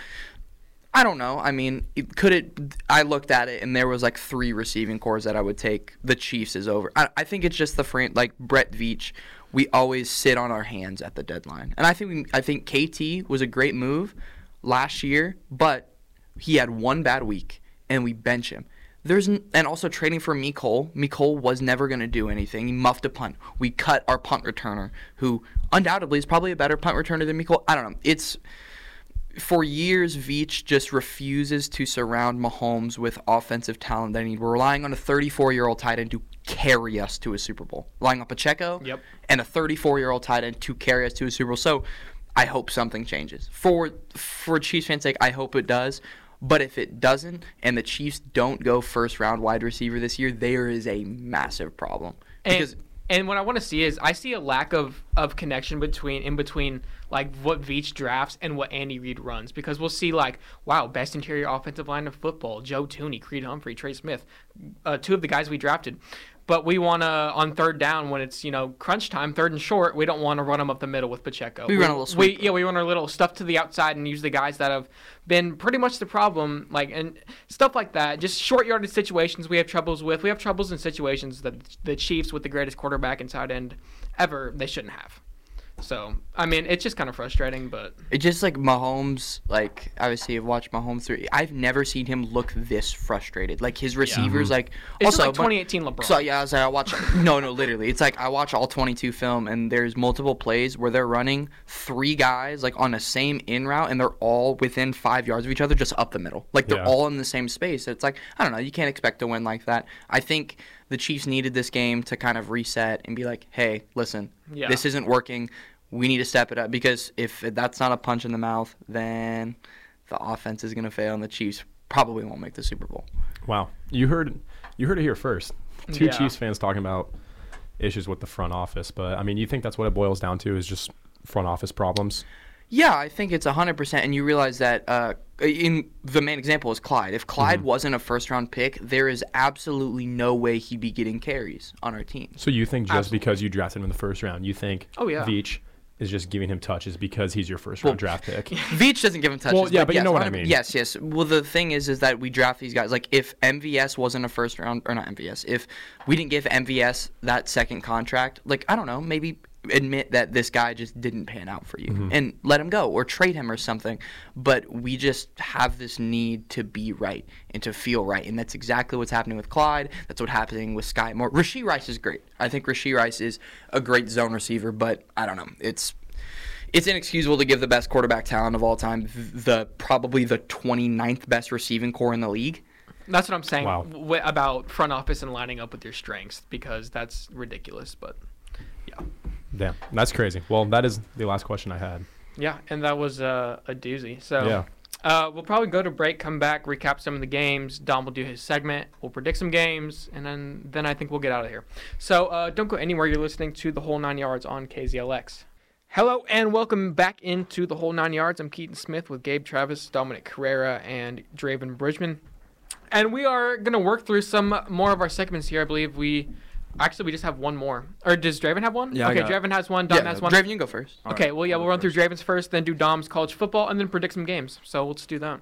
Speaker 4: I don't know. I mean, it- could it? I looked at it and there was like three receiving cores that I would take. The Chiefs is over. I, I think it's just the frame, like Brett Veach. We always sit on our hands at the deadline, and I think we, I think KT was a great move last year, but he had one bad week and we bench him. There's n- and also trading for Mikol. Mikol was never going to do anything. He muffed a punt. We cut our punt returner, who undoubtedly is probably a better punt returner than Mikol. I don't know. It's for years, Veach just refuses to surround Mahomes with offensive talent that he need. We're relying on a 34 year old tight end to carry us to a Super Bowl. Relying on Pacheco
Speaker 1: Yep.
Speaker 4: and a 34 year old tight end to carry us to a Super Bowl. So I hope something changes. For for Chiefs fans' sake, I hope it does. But if it doesn't and the Chiefs don't go first round wide receiver this year, there is a massive problem. Because
Speaker 1: and, and what I want to see is I see a lack of, of connection between in between like what Veach drafts and what Andy Reid runs because we'll see like wow best interior offensive line of football Joe Tooney Creed Humphrey Trey Smith uh, two of the guys we drafted but we want to on third down when it's you know crunch time third and short we don't want to run them up the middle with Pacheco
Speaker 4: We run a little
Speaker 1: we,
Speaker 4: sweep.
Speaker 1: yeah we run our little stuff to the outside and use the guys that have been pretty much the problem like and stuff like that just short yardage situations we have troubles with we have troubles in situations that the chiefs with the greatest quarterback and tight end ever they shouldn't have So I mean, it's just kind of frustrating, but
Speaker 4: It just like Mahomes, like obviously I've watched Mahomes through. I've never seen him look this frustrated. Like his receivers, like
Speaker 1: it's just
Speaker 4: also
Speaker 1: like
Speaker 4: but-
Speaker 1: 2018 LeBron.
Speaker 4: So yeah, I was like, I watch. no, no, literally, it's like I watch all 22 film, and there's multiple plays where they're running three guys like on the same in route, and they're all within five yards of each other, just up the middle. Like they're
Speaker 2: Yeah.
Speaker 4: all in the same space. It's like I don't know. You can't expect to win like that. I think the Chiefs needed this game to kind of reset and be like, hey, listen,
Speaker 1: Yeah.
Speaker 4: this isn't working. We need to step it up because if that's not a punch in the mouth, then the offense is going to fail, and the Chiefs probably won't make the Super Bowl.
Speaker 2: Wow, you heard you heard it here first. Two
Speaker 1: Yeah.
Speaker 2: Chiefs fans talking about issues with the front office, but I mean, you think that's what it boils down to is just front office problems.
Speaker 4: Yeah, I think it's 100%. And you realize that uh, in the main example is Clyde. If Clyde wasn't a first round pick, there is absolutely no way he'd be getting carries on our team.
Speaker 2: So you think just because you drafted him in the first round, you think
Speaker 1: Oh, yeah.
Speaker 2: Veach is just giving him touches because he's your first
Speaker 4: Well,
Speaker 2: round draft pick.
Speaker 4: Veach doesn't give him touches.
Speaker 2: Well, yeah, but you
Speaker 4: yes,
Speaker 2: know what I
Speaker 4: 100
Speaker 2: mean.
Speaker 4: Yes, yes. Well, the thing is, is that we draft these guys. Like, if MVS wasn't a first round, or not MVS, if we didn't give MVS that second contract, like, I don't know, maybe admit that this guy just didn't pan out for you
Speaker 2: Mm-hmm.
Speaker 4: and let him go or trade him or something. But we just have this need to be right and to feel right. And that's exactly what's happening with Clyde. That's what's happening with Sky Moore. Rasheed Rice is great. I think Rasheed Rice is a great zone receiver, but I don't know. It's it's inexcusable to give the best quarterback talent of all time the probably the 29th best receiving core in the league.
Speaker 1: that's what I'm saying
Speaker 2: Wow.
Speaker 1: w- about front office and lining up with your strengths because that's ridiculous. But
Speaker 2: Damn, that's crazy. Well, that is the last question I had.
Speaker 1: yeah, and that was uh, a doozy. So
Speaker 2: Yeah.
Speaker 1: uh, we'll probably go to break, come back, recap some of the games. Dom will do his segment. We'll predict some games, and then then I think we'll get out of here. So uh, don't go anywhere. You're listening to the whole nine yards on KZLX. Hello and welcome back into the whole nine yards. I'm Keaton Smith with Gabe Travis, Dominic Carrera, and Draven Bridgman. And we are gonna work through some more of our segments here. I believe we actually we just have one more. Or does Draven have one?
Speaker 3: Yeah, I
Speaker 1: Okay,
Speaker 3: got-
Speaker 1: Draven has one. Dom
Speaker 3: Yeah,
Speaker 1: has one.
Speaker 4: Draven, you can go first.
Speaker 3: All
Speaker 1: okay,
Speaker 3: right,
Speaker 1: well yeah,
Speaker 3: I'll
Speaker 1: we'll
Speaker 3: go
Speaker 1: run through Draven's first, then do Dom's college football, and then predict some games. So let's do that.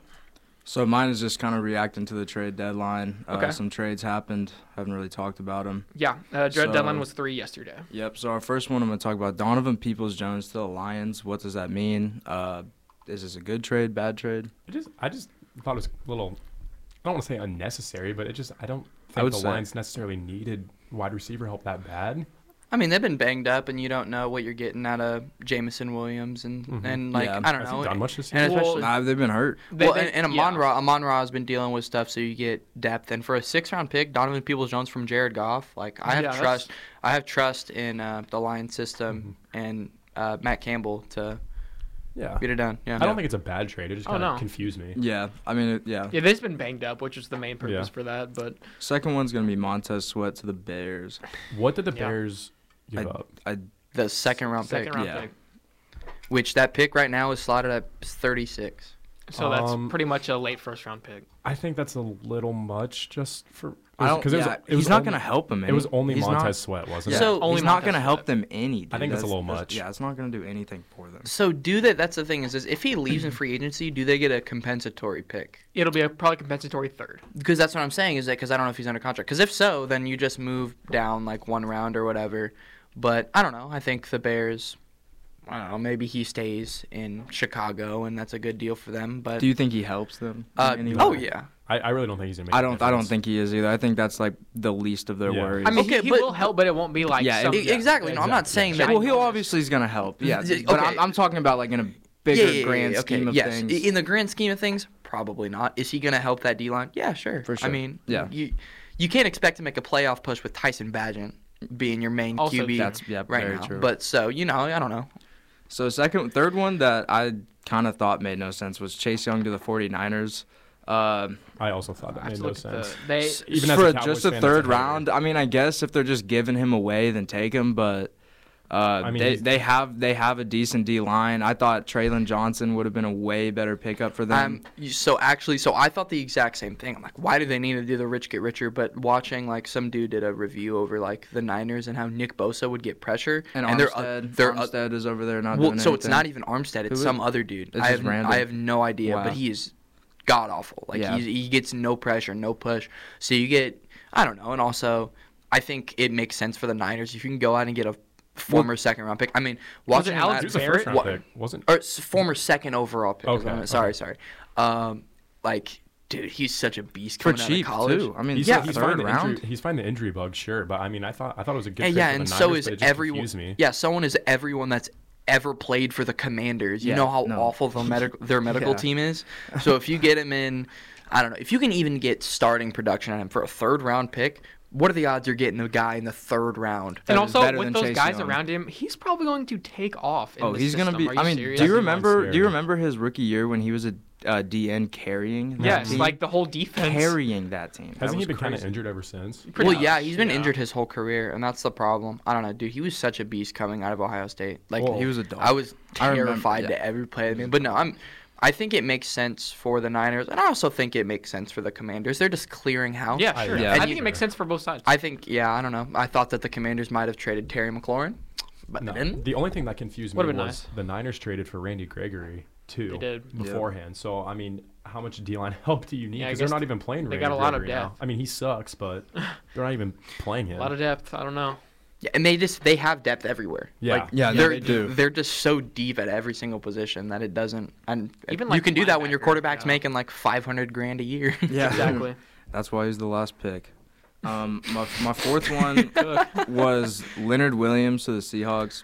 Speaker 3: So mine is just kind of reacting to the trade deadline. Uh,
Speaker 1: Okay.
Speaker 3: Some trades happened. Haven't really talked about them.
Speaker 1: Yeah, uh, dread
Speaker 3: So-
Speaker 1: deadline was three yesterday.
Speaker 3: Yep. So our first one I'm going to talk about Donovan Peoples Jones to the Lions. What does that mean? Uh, is this a good trade? Bad trade?
Speaker 2: I just I just thought it was a little I don't want to say unnecessary, but it just I don't think
Speaker 3: would
Speaker 2: the
Speaker 3: say-
Speaker 2: Lions necessarily needed wide receiver help that bad.
Speaker 4: I mean, they've been banged up, and you don't know what you're getting out of Jamison Williams, and and like
Speaker 3: Yeah.
Speaker 4: I don't
Speaker 2: Has he
Speaker 4: know.
Speaker 2: Mm-hmm. done much this
Speaker 4: and
Speaker 1: year? Well,
Speaker 4: especially, well,
Speaker 3: Nah, they've been hurt.
Speaker 1: They- they-
Speaker 4: and, and
Speaker 1: yeah.
Speaker 4: Amon Ra, Amon Ra has been dealing with stuff, so you get depth. And for a six-round pick, Donovan Peoples-Jones from Jared Goff, like I have
Speaker 1: Yeah, that's-
Speaker 4: trust. I have trust in uh, the Lions system
Speaker 2: Mm-hmm.
Speaker 4: and uh, Matt Campbell to
Speaker 2: Yeah.
Speaker 4: get it done. Yeah,
Speaker 2: I don't think it's a bad trade. It just
Speaker 1: Oh,
Speaker 2: kind of
Speaker 1: no.
Speaker 2: confused me.
Speaker 3: Yeah. I mean, it, yeah.
Speaker 1: Yeah, they've been banged up, which is the main purpose
Speaker 2: Yeah.
Speaker 1: for that. But
Speaker 3: Second one's going to be Montez Sweat to the Bears.
Speaker 2: What did the
Speaker 1: Yeah.
Speaker 2: Bears give
Speaker 3: I-
Speaker 2: up?
Speaker 3: I
Speaker 4: the second-round pick,
Speaker 1: second round
Speaker 3: yeah.
Speaker 1: pick.
Speaker 4: which that pick right now is slotted at 36.
Speaker 1: So
Speaker 2: Um,
Speaker 1: that's pretty much a late first round pick.
Speaker 2: I think that's a little much just for
Speaker 3: I don't.
Speaker 2: because
Speaker 3: Yeah,
Speaker 2: it was, it
Speaker 3: he's
Speaker 2: was
Speaker 3: not
Speaker 2: only-
Speaker 3: going to help him.
Speaker 2: It was
Speaker 3: any.
Speaker 2: only
Speaker 3: He's
Speaker 2: Montez
Speaker 3: Not,
Speaker 2: Sweat, wasn't it?
Speaker 3: yeah.
Speaker 4: So-
Speaker 3: So
Speaker 1: Only
Speaker 3: he's not
Speaker 1: Montez
Speaker 3: going to
Speaker 1: Sweat.
Speaker 3: help them any. Dude.
Speaker 2: I think that's a little much.
Speaker 3: Yeah, it's not going to do anything for them.
Speaker 4: So do they? That's the thing is, is if he leaves in free agency, do they get a compensatory pick?
Speaker 1: It'll be a probably compensatory third.
Speaker 4: Because that's what I'm saying is that because I don't know if he's under contract. Because if so, then you just move down like one round or whatever. But I don't know. I think the Bears. I don't know. Maybe he stays in Chicago, and that's a good deal for them. But
Speaker 3: Do you think he helps them? in
Speaker 4: uh,
Speaker 3: any
Speaker 4: oh
Speaker 3: way?
Speaker 4: yeah,
Speaker 2: I, I really don't think he's gonna make.
Speaker 3: I
Speaker 2: a
Speaker 3: don't. I don't
Speaker 2: difference.
Speaker 3: think he is either. I think that's like the least of their
Speaker 2: Yeah.
Speaker 3: worries.
Speaker 1: I mean, he-
Speaker 4: Okay,
Speaker 1: he,
Speaker 4: but-
Speaker 1: will help, but it won't be like
Speaker 3: Oh, Yeah,
Speaker 1: some-
Speaker 4: E- exactly. No, I'm not
Speaker 2: exactly.
Speaker 4: saying
Speaker 1: Yeah.
Speaker 4: that.
Speaker 3: well, he'll obviously is gonna help. Yeah,
Speaker 4: Yeah,
Speaker 3: but
Speaker 4: okay.
Speaker 3: I'm, I'm talking about like in a
Speaker 4: Yeah,
Speaker 3: bigger
Speaker 4: yeah, yeah,
Speaker 3: grand
Speaker 4: yeah, okay,
Speaker 3: scheme of
Speaker 4: yes.
Speaker 3: things.
Speaker 4: I- In the grand scheme of things, probably not. Is he going to help that D line? Yeah, sure.
Speaker 3: For
Speaker 4: I
Speaker 3: sure.
Speaker 4: mean,
Speaker 3: Yeah.
Speaker 4: you you can't expect to make a playoff push with Tyson Badgett being your main
Speaker 1: Also
Speaker 4: QB
Speaker 3: That's- yeah,
Speaker 4: right
Speaker 3: very
Speaker 4: now.
Speaker 3: true.
Speaker 4: But so you know, I don't know.
Speaker 3: so second, third one that I kind of thought made no sense was Chase Young to the 49ers. Uh,
Speaker 2: I also thought that
Speaker 1: I have
Speaker 2: made
Speaker 1: to
Speaker 2: no
Speaker 1: look at the-
Speaker 2: sense.
Speaker 1: they
Speaker 2: Even as
Speaker 3: for
Speaker 2: a
Speaker 3: a-
Speaker 2: Cowboys
Speaker 3: just a
Speaker 2: fan, that's
Speaker 3: third
Speaker 2: a no-brainer.
Speaker 3: round, I mean, I guess if they're just giving him away, then take him. But uh,
Speaker 2: mean,
Speaker 3: they
Speaker 2: he's-
Speaker 3: they have they have a decent D line. I thought Traylon Johnson would have been a way better pickup for them.
Speaker 4: Um, you- so actually, so I thought the exact same thing. I'm like, why do they need to do the rich get richer? But watching like some dude did a review over like the Niners and how Nick Bosa would get pressure,
Speaker 3: and
Speaker 4: they're uh,
Speaker 3: Armstead,
Speaker 4: they're
Speaker 3: Armstead is over there not
Speaker 4: well,
Speaker 3: doing
Speaker 4: so it's
Speaker 3: anything.
Speaker 4: not even Armstead. It's
Speaker 3: Who
Speaker 4: some
Speaker 3: is-
Speaker 4: other dude.
Speaker 3: it's
Speaker 4: I
Speaker 3: just
Speaker 4: have,
Speaker 3: random.
Speaker 4: I have no idea,
Speaker 3: Wow.
Speaker 4: but he is god awful. Like
Speaker 3: Yeah.
Speaker 4: he's, he gets no pressure, no push. So you get I don't know, and also I think it makes sense for the Niners if you can go out and get a former second round pick. I mean, watching
Speaker 1: it
Speaker 4: him
Speaker 1: Alex
Speaker 4: at-
Speaker 2: He was a first round
Speaker 4: wa-
Speaker 2: pick, wasn't?
Speaker 4: or s- former second overall pick. is
Speaker 2: Okay,
Speaker 4: what I meant.
Speaker 2: okay.
Speaker 4: Sorry, sorry. Um, like, dude, he's such a beast
Speaker 3: For
Speaker 4: coming
Speaker 3: cheap,
Speaker 4: out of college.
Speaker 3: too. I mean,
Speaker 2: He's,
Speaker 4: yeah,
Speaker 2: he's
Speaker 3: third
Speaker 2: finding the
Speaker 3: round.
Speaker 2: Injury, he's finding the injury bug, sure, but I mean, I thought I thought it was a good.
Speaker 4: Yeah,
Speaker 2: fit
Speaker 4: yeah,
Speaker 2: for the
Speaker 4: and
Speaker 2: Niners,
Speaker 4: so
Speaker 2: but
Speaker 4: is
Speaker 2: it just
Speaker 4: everyone.
Speaker 2: confused Me.
Speaker 4: Yeah, someone is everyone that's ever played for the Commanders. You
Speaker 3: Yeah,
Speaker 4: know how
Speaker 3: no.
Speaker 4: awful the medical their medical
Speaker 3: Yeah.
Speaker 4: team is. So if you get him in, I don't know if you can even get starting production on him for a third round pick. What are the odds you're getting the guy in the third round?
Speaker 1: And
Speaker 3: Better-
Speaker 1: also
Speaker 3: better
Speaker 1: with
Speaker 3: than
Speaker 1: those
Speaker 3: Chase
Speaker 1: guys
Speaker 3: Young.
Speaker 1: around him, he's probably going to take off. In
Speaker 3: Oh,
Speaker 1: this
Speaker 3: he's gonna
Speaker 1: system.
Speaker 3: be.
Speaker 1: Are
Speaker 3: I mean,
Speaker 1: serious?
Speaker 3: do you
Speaker 2: That's
Speaker 3: remember? Do you
Speaker 2: scary.
Speaker 3: remember his rookie year when he was a uh, DN carrying? that
Speaker 1: Yes,
Speaker 3: team?
Speaker 1: like the whole defense.
Speaker 3: carrying that team. That
Speaker 2: Hasn't he
Speaker 3: was
Speaker 2: been kind of
Speaker 3: crazy.
Speaker 2: injured ever since?
Speaker 1: pretty
Speaker 4: well,
Speaker 1: much,
Speaker 4: yeah, he's been
Speaker 1: yeah.
Speaker 4: injured his whole career, and that's the problem. I don't know, dude. He was such a beast coming out of Ohio State. Like
Speaker 3: He was a dog.
Speaker 4: I was
Speaker 3: I remember,
Speaker 4: terrified
Speaker 3: yeah.
Speaker 4: to every play. I mean, but no, I'm. I think it makes sense for the Niners, and I also think it makes sense for the Commanders. They're just clearing house.
Speaker 1: Yeah,
Speaker 2: I-
Speaker 1: sure.
Speaker 3: yeah,
Speaker 1: I
Speaker 4: for
Speaker 1: think it
Speaker 2: sure.
Speaker 1: makes sense for both sides.
Speaker 4: I think. Yeah, I don't know. I thought that the Commanders might have traded Terry McLaurin, but
Speaker 2: No.
Speaker 4: they didn't.
Speaker 2: The only thing that confused me
Speaker 1: Would've
Speaker 2: was
Speaker 1: been nice.
Speaker 2: the Niners traded for Randy Gregory too
Speaker 1: They did.
Speaker 3: Yeah.
Speaker 2: beforehand. So I mean, how much D line help do you need?
Speaker 1: Yeah, I
Speaker 2: Because
Speaker 1: guess
Speaker 2: they're not
Speaker 1: th-
Speaker 2: even playing.
Speaker 1: they
Speaker 2: Randy
Speaker 1: got a lot of
Speaker 2: Gregory now.
Speaker 1: depth.
Speaker 2: I mean, he sucks, but they're not even playing him.
Speaker 1: A lot of depth. I don't know.
Speaker 4: Yeah, and they just they have depth everywhere.
Speaker 2: Yeah.
Speaker 4: Like,
Speaker 3: Yeah,
Speaker 4: they're,
Speaker 3: they do.
Speaker 4: They're just so deep at every single position that it doesn't. And
Speaker 1: Even,
Speaker 4: even
Speaker 1: like,
Speaker 4: you can do that when your
Speaker 1: linebacker,
Speaker 4: quarterback's
Speaker 1: yeah.
Speaker 4: making like 500 grand a year.
Speaker 3: Yeah.
Speaker 1: Exactly.
Speaker 3: That's why he's the last pick. Um, my, my fourth one was Leonard Williams to the Seahawks.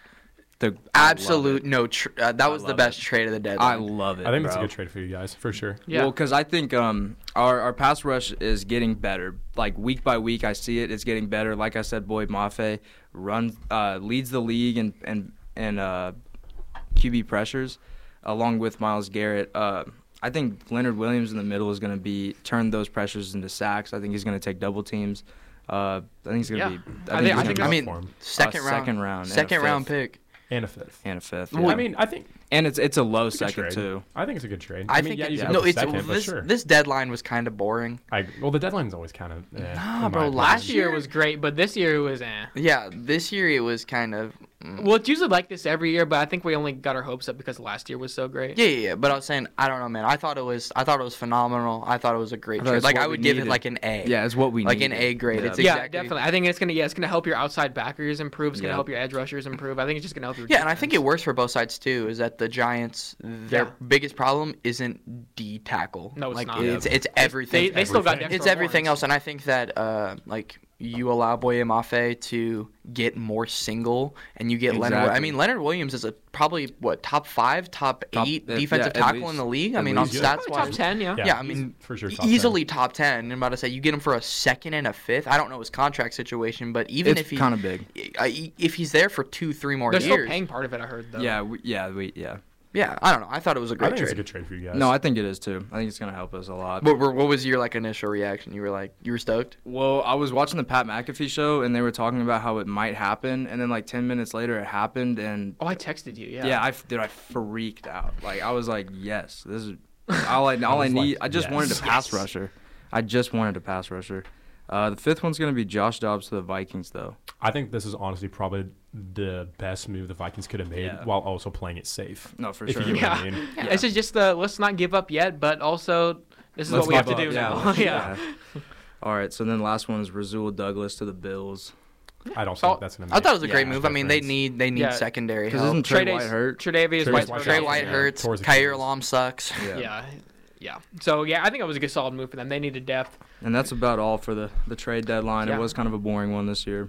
Speaker 3: The I
Speaker 4: Absolute no. Tr- uh, that was the
Speaker 3: love
Speaker 4: best trade of the deadline.
Speaker 3: love it. I love it.
Speaker 2: I think that's a
Speaker 3: bro.
Speaker 2: good trade for you guys for sure.
Speaker 1: Yeah.
Speaker 3: Well, because I think um, our, our pass rush is getting better. Like week by week, I see it. It's getting better. Like I said, Boyd Mafe runs uh, leads the league and and and uh, QB pressures, along with Miles Garrett. Uh, I think Leonard Williams in the middle is going to be turn those pressures into sacks. I think he's going to take double teams. Uh, I think he's going to
Speaker 1: Yeah.
Speaker 3: be.
Speaker 1: I
Speaker 3: he's
Speaker 1: think- I
Speaker 3: gonna
Speaker 1: think
Speaker 3: be
Speaker 4: I
Speaker 3: up
Speaker 2: that's-
Speaker 4: mean,
Speaker 2: for him.
Speaker 4: second
Speaker 3: Uh,
Speaker 4: round,
Speaker 3: second round and a
Speaker 4: second round
Speaker 3: fifth.
Speaker 4: pick.
Speaker 2: And a fifth.
Speaker 3: and a fifth.
Speaker 2: I
Speaker 3: yeah.
Speaker 2: mean, I think
Speaker 3: and it's it's a low second
Speaker 2: trade.
Speaker 3: too.
Speaker 2: I think it's a good trade.
Speaker 4: I,
Speaker 2: mean,
Speaker 4: think
Speaker 2: yeah,
Speaker 4: it-
Speaker 2: you can
Speaker 4: no.
Speaker 2: go for
Speaker 4: It's
Speaker 2: second, but
Speaker 4: this
Speaker 2: sure.
Speaker 4: this deadline was kind of boring.
Speaker 2: I, well, the deadline's always kind of. Eh, in
Speaker 4: Nah, bro,
Speaker 2: my opinion.
Speaker 4: last
Speaker 1: Last year was great, but this year it was eh.
Speaker 4: Yeah, this year it was kind of. mm.
Speaker 1: Well, it's usually like this every year, but I think we only got our hopes up because last year was so great.
Speaker 4: Yeah, yeah, yeah, but I was saying, I don't know, man. I thought it was, I thought it was phenomenal. I thought it was a great
Speaker 3: I thought
Speaker 4: trade.
Speaker 3: it's
Speaker 4: Like
Speaker 3: what
Speaker 4: I
Speaker 3: we
Speaker 4: would give it
Speaker 3: needed.
Speaker 4: like an A.
Speaker 3: Yeah, it's what we
Speaker 4: Like an
Speaker 3: needed.
Speaker 4: A grade. It's
Speaker 3: Yeah.
Speaker 1: Yeah,
Speaker 4: exactly.
Speaker 1: definitely. I think it's gonna yeah, it's gonna help your outside backers improve. It's gonna
Speaker 3: Yeah.
Speaker 1: help your edge rushers improve. I think it's just gonna help your
Speaker 4: Yeah, and I think it
Speaker 1: defense.
Speaker 4: works for both sides too. Is that the Giants? Their
Speaker 1: Yeah.
Speaker 4: biggest problem isn't D tackle.
Speaker 1: No, it's
Speaker 4: like,
Speaker 1: not.
Speaker 4: It's it's
Speaker 1: they
Speaker 4: everything.
Speaker 1: they still got
Speaker 2: Everything.
Speaker 1: Dexter
Speaker 4: it's everything
Speaker 1: Lawrence.
Speaker 4: else, and I think that uh, like you allow Boye Mafe to get more single, and you get Leonard. I
Speaker 3: Exactly.
Speaker 4: mean, Leonard Williams is a probably what top five, top,
Speaker 3: Top-
Speaker 4: eight
Speaker 3: yeah,
Speaker 4: defensive
Speaker 3: at
Speaker 4: tackle
Speaker 3: least-
Speaker 4: in the league. I
Speaker 3: at
Speaker 4: mean, on
Speaker 2: least.
Speaker 4: stats
Speaker 1: Probably top
Speaker 4: wise,
Speaker 1: ten. Yeah.
Speaker 4: Yeah, I
Speaker 2: he's
Speaker 4: mean,
Speaker 2: Mm,
Speaker 4: e
Speaker 2: for sure, top ten.
Speaker 4: easily top ten. I'm about to say you get him for a second and a fifth. I don't know his contract situation, but even
Speaker 3: It's
Speaker 4: if he
Speaker 3: kind of big.
Speaker 4: I- if he's there for two, three more
Speaker 1: They're
Speaker 4: years,
Speaker 1: still paying part of it. I heard though.
Speaker 3: Yeah, we, yeah, we, yeah.
Speaker 4: yeah, I don't know. I thought it was a
Speaker 2: I
Speaker 4: great
Speaker 2: think it's a
Speaker 4: trade.
Speaker 2: good trade for you guys.
Speaker 3: No, I think it is too. I think it's gonna help us a lot.
Speaker 4: What, were- what was your like initial reaction? You were like, you were stoked.
Speaker 3: Well, I was watching the Pat McAfee show, and they were talking about how it might happen, and then like ten minutes later, it happened, and
Speaker 1: Oh, I texted you. Yeah.
Speaker 3: yeah, I f- dude, I freaked out. Like I was like, yes, this is all I all I,
Speaker 2: was like,
Speaker 3: need. I just wanted
Speaker 2: yes.
Speaker 3: a pass rusher. I just wanted a pass rusher. Uh, the fifth one's gonna be Josh Dobbs to the Vikings, though.
Speaker 2: I think this is honestly probably the best move the Vikings could have made
Speaker 3: Yeah.
Speaker 2: while also playing it safe.
Speaker 3: No, for
Speaker 2: If
Speaker 3: sure.
Speaker 2: you get
Speaker 1: Yeah.
Speaker 2: what I mean.
Speaker 1: Yeah. This is just the let's not give up yet, but also this is
Speaker 2: Let's
Speaker 1: what we have
Speaker 2: not
Speaker 1: to do
Speaker 2: give
Speaker 1: now.
Speaker 2: up,
Speaker 1: Yeah.
Speaker 3: Yeah. All right, so then last one is Razul Douglas to the Bills.
Speaker 2: I don't
Speaker 1: So-
Speaker 2: think that's gonna.
Speaker 4: I thought it was a
Speaker 3: Yeah,
Speaker 4: great move. I mean, they
Speaker 2: difference.
Speaker 4: need they need
Speaker 1: Yeah.
Speaker 4: secondary
Speaker 3: 'Cause
Speaker 4: help.
Speaker 3: isn't Trey White hurt?
Speaker 1: Tre'Davious
Speaker 2: Trey
Speaker 1: White.
Speaker 2: White's
Speaker 4: Trey
Speaker 2: Yeah.
Speaker 4: White
Speaker 2: Yeah.
Speaker 4: hurts.
Speaker 2: Towards
Speaker 4: Kyrie
Speaker 2: Achilles.
Speaker 4: Lom sucks.
Speaker 1: Yeah. yeah. So yeah, I think it was a good solid move for them. They needed depth.
Speaker 3: And that's about all for the, the trade deadline.
Speaker 1: Yeah.
Speaker 3: It was kind of a boring one this year.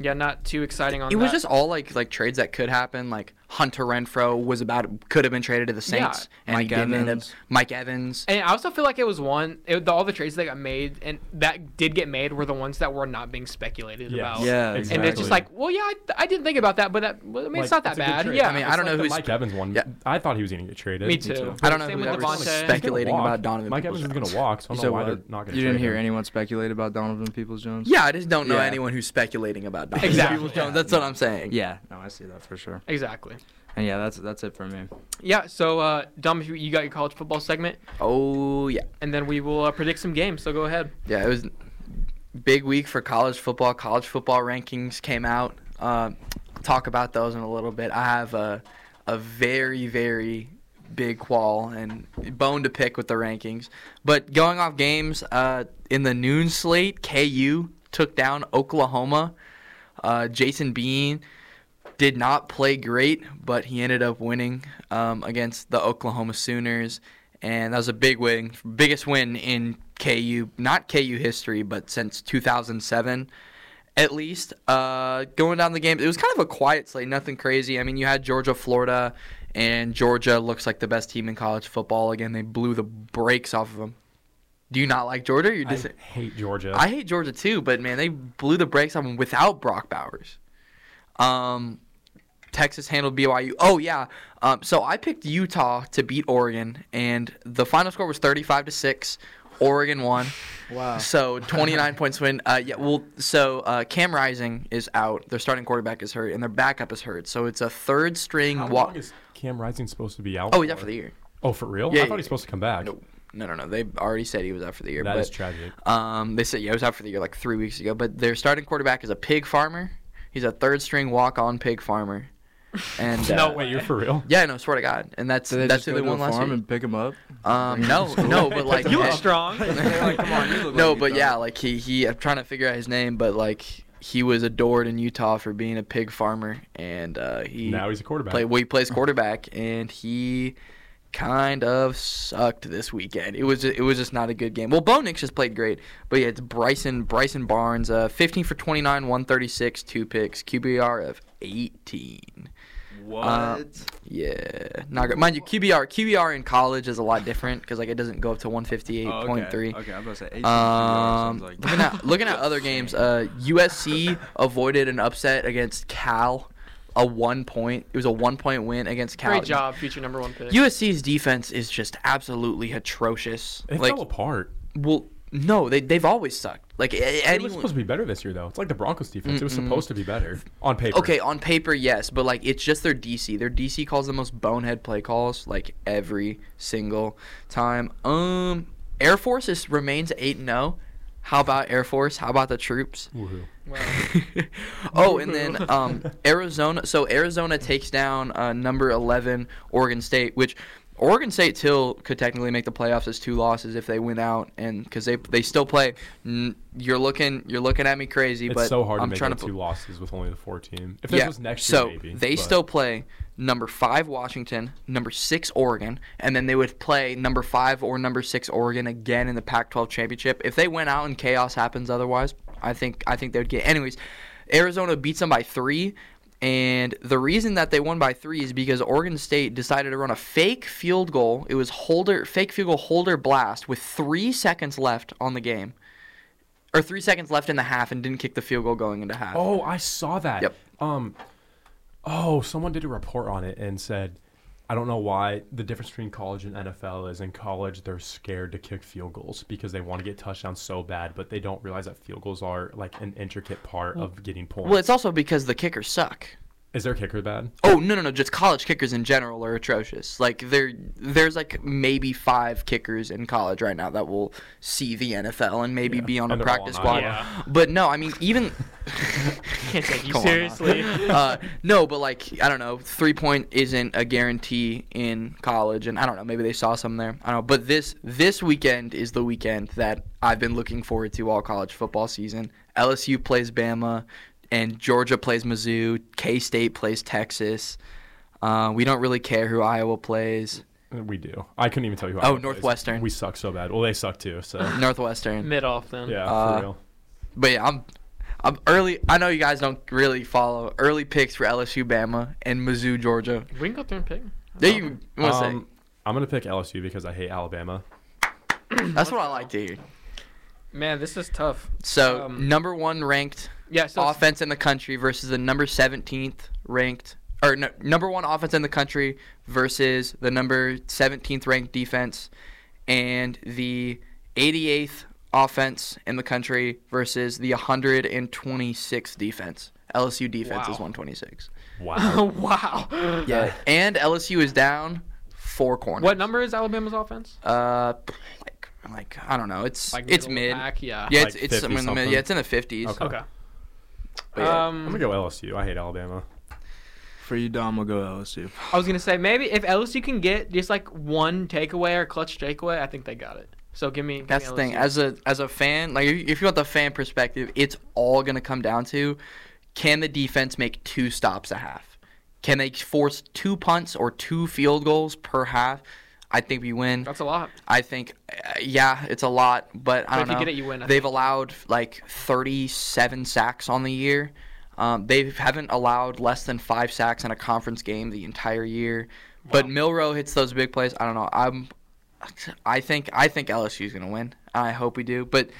Speaker 1: Yeah, not too exciting on
Speaker 4: It was
Speaker 1: that.
Speaker 4: just all like like trades that could happen. Like Hunter Renfro was about could have been traded to the Saints, and
Speaker 3: Mike
Speaker 4: he didn't end up.
Speaker 3: Evans.
Speaker 4: Mike Evans.
Speaker 1: And I also feel like it was one. It, the, all the trades that got made and that did get made were the ones that were not being speculated
Speaker 2: Yes.
Speaker 1: about.
Speaker 3: Yeah,
Speaker 1: And it's just
Speaker 2: exactly.
Speaker 1: like, well, yeah, I, I didn't think about that, but that, well, I mean, it's
Speaker 2: Like,
Speaker 1: not that
Speaker 2: a good
Speaker 1: bad.
Speaker 2: trade.
Speaker 1: Yeah,
Speaker 4: I mean,
Speaker 2: It's
Speaker 4: I
Speaker 2: like
Speaker 4: don't know
Speaker 2: the
Speaker 4: who's-
Speaker 2: Mike Evans one.
Speaker 4: oh, Yeah.
Speaker 2: I thought he was going to get traded.
Speaker 1: me too.
Speaker 4: I don't know
Speaker 1: Same
Speaker 4: who
Speaker 1: with
Speaker 4: that was
Speaker 1: Devontae.
Speaker 4: speculating
Speaker 2: He's gonna
Speaker 4: about
Speaker 2: walk.
Speaker 4: Donovan.
Speaker 2: Mike Evans is
Speaker 4: Peoples-Jones.
Speaker 2: going to walk. So I
Speaker 3: You
Speaker 2: don't
Speaker 3: said
Speaker 2: know why
Speaker 3: what?
Speaker 2: they're not going to.
Speaker 3: You didn't hear anyone speculate about Donovan Peoples Jones?
Speaker 4: Yeah, I just don't know
Speaker 3: Yeah.
Speaker 4: anyone who's speculating about Donovan.
Speaker 1: Exactly.
Speaker 4: Peoples-Jones. That's what I'm saying.
Speaker 3: Yeah. No, I see that for sure.
Speaker 1: exactly.
Speaker 3: And yeah, that's that's it for me.
Speaker 1: Yeah. So, uh, Dom, if you, you got your college football segment,
Speaker 4: Oh yeah,
Speaker 1: and then we will uh, predict some games. So go ahead.
Speaker 4: yeah. It was big week for college football. College football rankings came out. Uh, talk about those in a little bit. I have a a very very big qual and bone to pick with the rankings. But going off games uh, in the noon slate, KU took down Oklahoma. Uh, Jason Bean did not play great, but he ended up winning um, against the Oklahoma Sooners, and that was a big win, biggest win in KU, not KU history, but since 2007, at least. Uh, going down the game, it was kind of a quiet slate, nothing crazy. I mean, you had Georgia, Florida, and Georgia looks like the best team in college football again. They blew the brakes off of them. Do you not like Georgia? You're dis-
Speaker 2: I hate Georgia.
Speaker 4: I hate Georgia too, but man, they blew the brakes on them without Brock Bowers. Um, Texas handled BYU. Oh yeah. Um, so I picked Utah to beat Oregon, and the final score was 35 to six. Oregon won.
Speaker 3: Wow.
Speaker 4: So 29 points win. Uh, yeah. Well, so uh, Cam Rising is out. Their starting quarterback is hurt, and their backup is hurt. So it's a third string.
Speaker 2: How
Speaker 4: wa-
Speaker 2: long is Cam Rising supposed to be out?
Speaker 4: oh, he's out for the year.
Speaker 2: Oh, for real? I
Speaker 4: Yeah,
Speaker 2: thought
Speaker 4: yeah,
Speaker 2: he's supposed to come back.
Speaker 4: No, no, no, no. They already said he was out for the year.
Speaker 2: That
Speaker 4: but,
Speaker 2: is tragic.
Speaker 4: Um, they said yeah, he was out for the year like three weeks ago. But their starting quarterback is a pig farmer. He's a third string walk on pig farmer. And uh,
Speaker 2: no, wait, you're for real?
Speaker 4: Yeah, no, swear to God. And that's
Speaker 3: Did they
Speaker 4: that's
Speaker 3: just
Speaker 4: who
Speaker 3: go
Speaker 4: they
Speaker 3: to a
Speaker 4: won last
Speaker 3: farm
Speaker 4: year.
Speaker 3: and pick him up?
Speaker 4: Um, no, no, but like
Speaker 1: You look
Speaker 4: eh,
Speaker 1: strong.
Speaker 3: They're like, come on, you look
Speaker 4: no,
Speaker 3: like
Speaker 4: but
Speaker 3: Utah."
Speaker 4: yeah, like he he. I'm trying to figure out his name, but like he was adored in Utah for being a pig farmer, and uh, he
Speaker 2: Now he's a quarterback.
Speaker 4: play well, he plays quarterback, and he kind of sucked this weekend. It was it was just not a good game. Well, Bo Nix just played great, but yeah, it's Bryson Bryson Barnes, uh, 15 for 29, 136, two picks, QBR of 18.
Speaker 3: What?
Speaker 4: Uh, Yeah, not good. Mind you, QBR QBR in college is a lot different because like it doesn't go up to 158.3.
Speaker 3: Oh, Okay, okay, I'm about to say 18
Speaker 4: Um,
Speaker 3: sounds like.
Speaker 4: looking at looking at other games, uh, USC avoided an upset against Cal, a one point. It was a one point win against Cal.
Speaker 1: Great job, future number one pick.
Speaker 4: USC's defense is just absolutely atrocious.
Speaker 2: It
Speaker 4: like,
Speaker 2: fell apart.
Speaker 4: well, no, they they've always sucked. Like, a-
Speaker 2: It was
Speaker 4: anyone,
Speaker 2: supposed to be better this year, though. It's like the Broncos defense. It was supposed to be better on paper.
Speaker 4: okay, on paper, yes, but like it's just their DC. Their DC calls the most bonehead play calls like every single time. Um, Air Force is remains eight and zero. How about Air Force? How about the troops?
Speaker 2: Woohoo.
Speaker 4: oh, and then um, Arizona. So Arizona takes down uh, number eleven Oregon State, which Oregon State till could technically make the playoffs as two losses if they win out, and because they they still play. N- you're looking you're looking at me crazy,
Speaker 2: It's
Speaker 4: but
Speaker 2: so hard
Speaker 4: I'm
Speaker 2: to
Speaker 4: trying
Speaker 2: make it
Speaker 4: to
Speaker 2: two
Speaker 4: put-
Speaker 2: losses with only the four team. If this was next year,
Speaker 4: so
Speaker 2: maybe.
Speaker 4: they
Speaker 2: but-
Speaker 4: still play number five Washington, number six Oregon, and then they would play number five or number six Oregon again in the Pac-12 championship. If they went out and chaos happens otherwise, I think I think they would get. Anyways, Arizona beats them by three. And the reason that they won by three is because Oregon State decided to run a fake field goal. It was holder fake field goal holder blast with three seconds left on the game, or three seconds left in the half, and didn't kick the field goal going into half.
Speaker 2: Oh, I saw that.
Speaker 4: Yep.
Speaker 2: Um. Oh, someone did a report on it and said, I don't know why the difference between college and NFL is in college they're scared to kick field goals because they want to get touchdowns so bad, but they don't realize that field goals are like an intricate part of getting points.
Speaker 4: Well, it's also because the kickers suck.
Speaker 2: is their kicker bad?
Speaker 4: Oh no no no! Just college kickers in general are atrocious. Like there, there's like maybe five kickers in college right now that will see the NFL and maybe be on
Speaker 2: and
Speaker 4: a
Speaker 2: they're all
Speaker 4: practice
Speaker 2: not.
Speaker 4: squad.
Speaker 1: Yeah.
Speaker 4: But no, I mean even
Speaker 1: Can't take you
Speaker 4: Come on, man.
Speaker 1: seriously.
Speaker 4: uh, no, but like I don't know, three point isn't a guarantee in college, and I don't know, maybe they saw some there. I don't know, but this this weekend is the weekend that I've been looking forward to all college football season. LSU plays Bama, and Georgia plays Mizzou. K State plays Texas. Uh, we don't really care who Iowa plays.
Speaker 2: We do. I couldn't even tell you. How
Speaker 4: Oh,
Speaker 2: it was.
Speaker 4: Northwestern.
Speaker 2: We suck so bad. Well, they suck too. So
Speaker 4: Northwestern.
Speaker 1: Mid off them.
Speaker 2: yeah,
Speaker 4: Uh,
Speaker 2: for real.
Speaker 4: But yeah, I'm I'm early. I know you guys don't really follow early picks for LSU, Bama, and Mizzou, Georgia.
Speaker 1: We can go through and pick.
Speaker 4: There you want to
Speaker 2: Um, I'm gonna pick LSU because I hate Alabama.
Speaker 4: say? That's what I like to hear.
Speaker 1: Man, this is tough.
Speaker 4: So
Speaker 1: Um,
Speaker 4: number one ranked
Speaker 1: Yeah, so it's-
Speaker 4: offense in the country versus the number seventeenth ranked or no, number one offense in the country versus the number seventeenth ranked defense, and the eighty eighth offense in the country versus the hundred and twenty sixth defense. LSU defense is
Speaker 1: Wow.
Speaker 4: one twenty six.
Speaker 2: Wow.
Speaker 1: wow.
Speaker 4: Yeah, and LSU is down four corners.
Speaker 1: What number is Alabama's offense?
Speaker 4: Uh, like like I don't know. It's
Speaker 1: Like middle
Speaker 4: it's
Speaker 1: of
Speaker 4: mid.
Speaker 1: the pack? Yeah.
Speaker 4: Yeah,
Speaker 2: Like
Speaker 4: it's it's
Speaker 2: 50
Speaker 4: somewhere in the mid.
Speaker 2: something?
Speaker 4: Yeah, it's in the fifties.
Speaker 2: Okay.
Speaker 1: Okay.
Speaker 4: But yeah.
Speaker 2: I'm gonna
Speaker 1: Um,
Speaker 2: go LSU. I hate Alabama.
Speaker 3: For you, Dom, we'll go LSU.
Speaker 1: I was gonna say maybe if LSU can get just like one takeaway or clutch takeaway, I think they got it. So give me. give
Speaker 4: That's
Speaker 1: me
Speaker 4: the thing.
Speaker 1: LSU.
Speaker 4: As a as a fan, like if you- if you want the fan perspective, it's all gonna come down to can the defense make two stops a half? Can they force two punts or two field goals per half? I think we win.
Speaker 1: That's a lot.
Speaker 4: I think, uh, yeah, it's a lot, but
Speaker 1: But
Speaker 4: I don't
Speaker 1: if you
Speaker 4: know.
Speaker 1: get it, you win, I
Speaker 4: They've allowed like 37 sacks on the year. Um, they haven't allowed less than five sacks in a conference game the entire year. But Milrow hits those big plays. I don't know. I'm, I think I think LSU's gonna win. I hope we do, but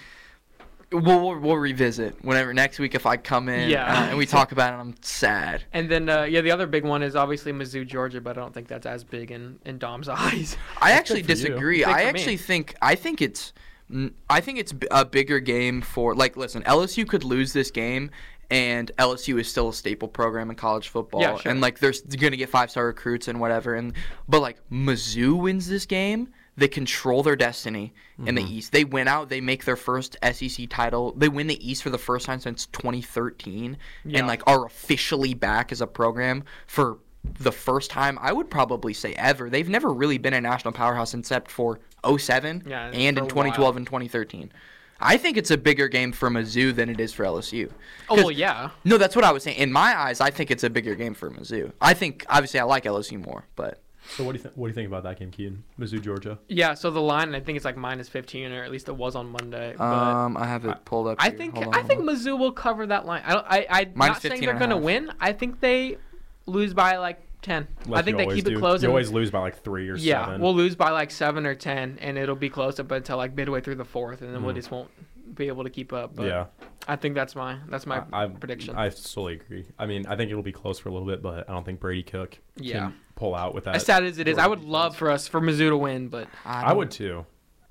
Speaker 4: we'll we'll, we'll revisit whenever next week if I come in
Speaker 1: Yeah.
Speaker 4: uh, and we talk about it. I'm sad.
Speaker 1: And then uh, yeah, the other big one is obviously Mizzou, Georgia, but I don't think that's as big in, in Dom's eyes.
Speaker 4: I actually
Speaker 2: for you.
Speaker 4: disagree.
Speaker 1: Big
Speaker 4: I
Speaker 1: for me.
Speaker 4: actually think I think it's mm, I think it's b- a bigger game for like listen, LSU could lose this game and LSU is still a staple program in college football
Speaker 1: Yeah, sure.
Speaker 4: and like they're going to get five-star recruits and whatever and but like Mizzou wins this game, they control their destiny in
Speaker 1: Mm-hmm.
Speaker 4: the East. They win out, they make their first SEC title. They win the East for the first time since 2013
Speaker 1: Yeah.
Speaker 4: and like are officially back as a program for the first time I would probably say ever. They've never really been a national powerhouse except for 07
Speaker 1: Yeah,
Speaker 4: and
Speaker 1: for
Speaker 4: in
Speaker 1: a
Speaker 4: 2012 and 2013. I think it's a bigger game for Mizzou than it is for LSU.
Speaker 1: Oh
Speaker 4: 'Cause-
Speaker 1: well, yeah.
Speaker 4: No, that's what I was saying. In my eyes, I think it's a bigger game for Mizzou. I think obviously I like LSU more, but
Speaker 2: So what do you th- what do you think about that game, Keaton? Mizzou, Georgia.
Speaker 1: Yeah, so the line I think it's like minus fifteen, or at least it was on Monday. But
Speaker 4: um, I have it pulled up.
Speaker 1: I
Speaker 4: here.
Speaker 1: think
Speaker 4: Hold on,
Speaker 1: I
Speaker 4: hold
Speaker 1: think
Speaker 4: on.
Speaker 1: Mizzou will cover that line. I don't, I I'm
Speaker 4: Minus
Speaker 1: not saying
Speaker 4: 15
Speaker 1: they're
Speaker 4: and a
Speaker 1: gonna
Speaker 4: half.
Speaker 1: win. I think they lose by like ten. I
Speaker 2: Like
Speaker 1: think
Speaker 2: you
Speaker 1: they
Speaker 2: always
Speaker 1: keep
Speaker 2: do.
Speaker 1: it close.
Speaker 2: You
Speaker 1: and-
Speaker 2: always lose by like three or
Speaker 1: yeah,
Speaker 2: seven.
Speaker 1: we'll lose by like seven or ten, and it'll be close up until like midway through the fourth, and then we just won't be able to keep up. But
Speaker 2: Mm-hmm. yeah,
Speaker 1: I think that's my that's my
Speaker 2: I, I-
Speaker 1: prediction.
Speaker 2: I solely agree. I mean, I think it'll be close for a little bit, but I don't think Brady Cook
Speaker 1: Yeah.
Speaker 2: can pull out with that.
Speaker 1: as sad as it is, I would love for us for Mizzou to win, but
Speaker 4: I,
Speaker 2: I
Speaker 4: don't-
Speaker 2: would too.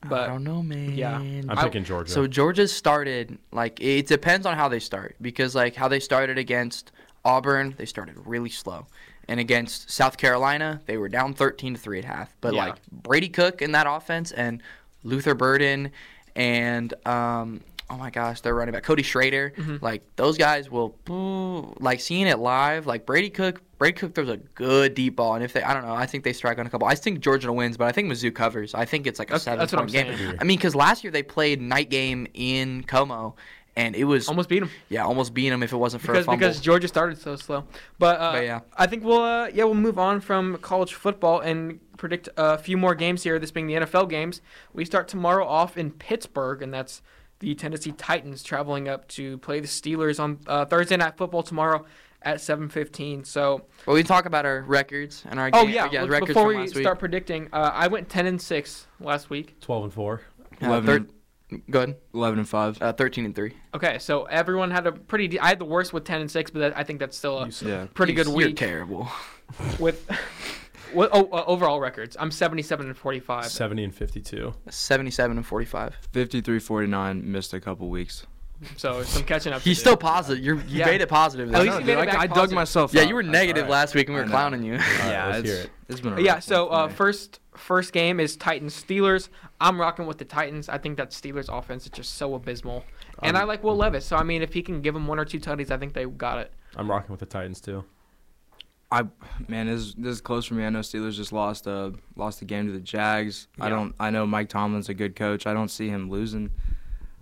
Speaker 1: but
Speaker 4: I don't know, man.
Speaker 1: Yeah.
Speaker 2: I'm
Speaker 1: I-
Speaker 2: picking Georgia.
Speaker 4: So Georgia started like it depends on how they start because like how they started against Auburn, they started really slow. And against South Carolina, they were down 13 to 3 at half. But
Speaker 1: Yeah.
Speaker 4: like Brady Cook in that offense and Luther Burden and um oh my gosh, they're running back Cody Schrader,
Speaker 1: Mm-hmm.
Speaker 4: like those guys will ooh, like seeing it live, like Brady Cook Brady Cook throws a good deep ball, and if they, I don't know, I think they strike on a couple. I think Georgia wins, but I think Mizzou covers. I think it's like a
Speaker 1: That's-
Speaker 4: seven
Speaker 1: that's what I'm
Speaker 4: point game.
Speaker 1: saying.
Speaker 4: I mean, because last year they played night game in Como, and it was
Speaker 1: almost beat them.
Speaker 4: yeah, almost beat them if it wasn't for
Speaker 1: because
Speaker 4: a fumble.
Speaker 1: because Georgia started so slow. But, uh,
Speaker 4: But, yeah.
Speaker 1: I think we'll uh, yeah we'll move on from college football and predict a few more games here. This being the NFL games, we start tomorrow off in Pittsburgh, and that's the Tennessee Titans traveling up to play the Steelers on uh, Thursday Night Football tomorrow at 7:15. So
Speaker 4: well, we talk about our records and our
Speaker 1: oh
Speaker 4: game-
Speaker 1: yeah,
Speaker 4: yeah
Speaker 1: look,
Speaker 4: records
Speaker 1: before
Speaker 4: from
Speaker 1: we
Speaker 4: last week.
Speaker 1: start predicting, uh, I went 10 and six last week.
Speaker 2: Twelve and four.
Speaker 4: Uh,
Speaker 3: Eleven.
Speaker 4: third, go ahead.
Speaker 3: 11 and 5.
Speaker 4: Uh, Thirteen and three.
Speaker 1: Okay, so everyone had a pretty. De- I had the worst with 10 and six, but that, I think that's still a
Speaker 3: yeah.
Speaker 1: pretty good
Speaker 4: You're
Speaker 1: week
Speaker 4: terrible.
Speaker 1: with. with oh, uh, overall records. I'm 77 and 45.
Speaker 2: Seventy and fifty-two.
Speaker 4: Seventy-seven and forty-five.
Speaker 3: 53 49. Missed a couple weeks.
Speaker 1: So some catching up. to
Speaker 4: He's
Speaker 1: do.
Speaker 4: still positive. You're, you
Speaker 1: Yeah.
Speaker 4: Oh, made it positive.
Speaker 1: At
Speaker 4: though.
Speaker 1: least he made it
Speaker 3: I,
Speaker 1: back
Speaker 3: I dug
Speaker 1: positive.
Speaker 3: myself
Speaker 4: yeah,
Speaker 3: up.
Speaker 4: you were
Speaker 3: That's
Speaker 4: negative
Speaker 3: all right.
Speaker 4: last week, and we
Speaker 3: I
Speaker 4: were
Speaker 3: know.
Speaker 4: clowning you.
Speaker 2: Yeah,
Speaker 3: Yeah,
Speaker 2: let's
Speaker 3: it's,
Speaker 2: hear it.
Speaker 3: it's been a
Speaker 1: Yeah.
Speaker 3: rough
Speaker 1: So
Speaker 3: one for
Speaker 1: uh,
Speaker 3: me.
Speaker 1: first first game is Titans Steelers. I'm rocking with the Titans. I think that Steelers offense is just so abysmal, and
Speaker 2: Um,
Speaker 1: I
Speaker 2: mm.
Speaker 1: like Will Levis. So I mean, if he can give him one or two tutties, I think they got it.
Speaker 2: I'm rocking with the Titans too.
Speaker 3: I man, this is- this is close for me. I know Steelers just lost uh lost the game to the Jags.
Speaker 1: Yeah.
Speaker 3: I don't. I know Mike Tomlin's a good coach. I don't see him losing.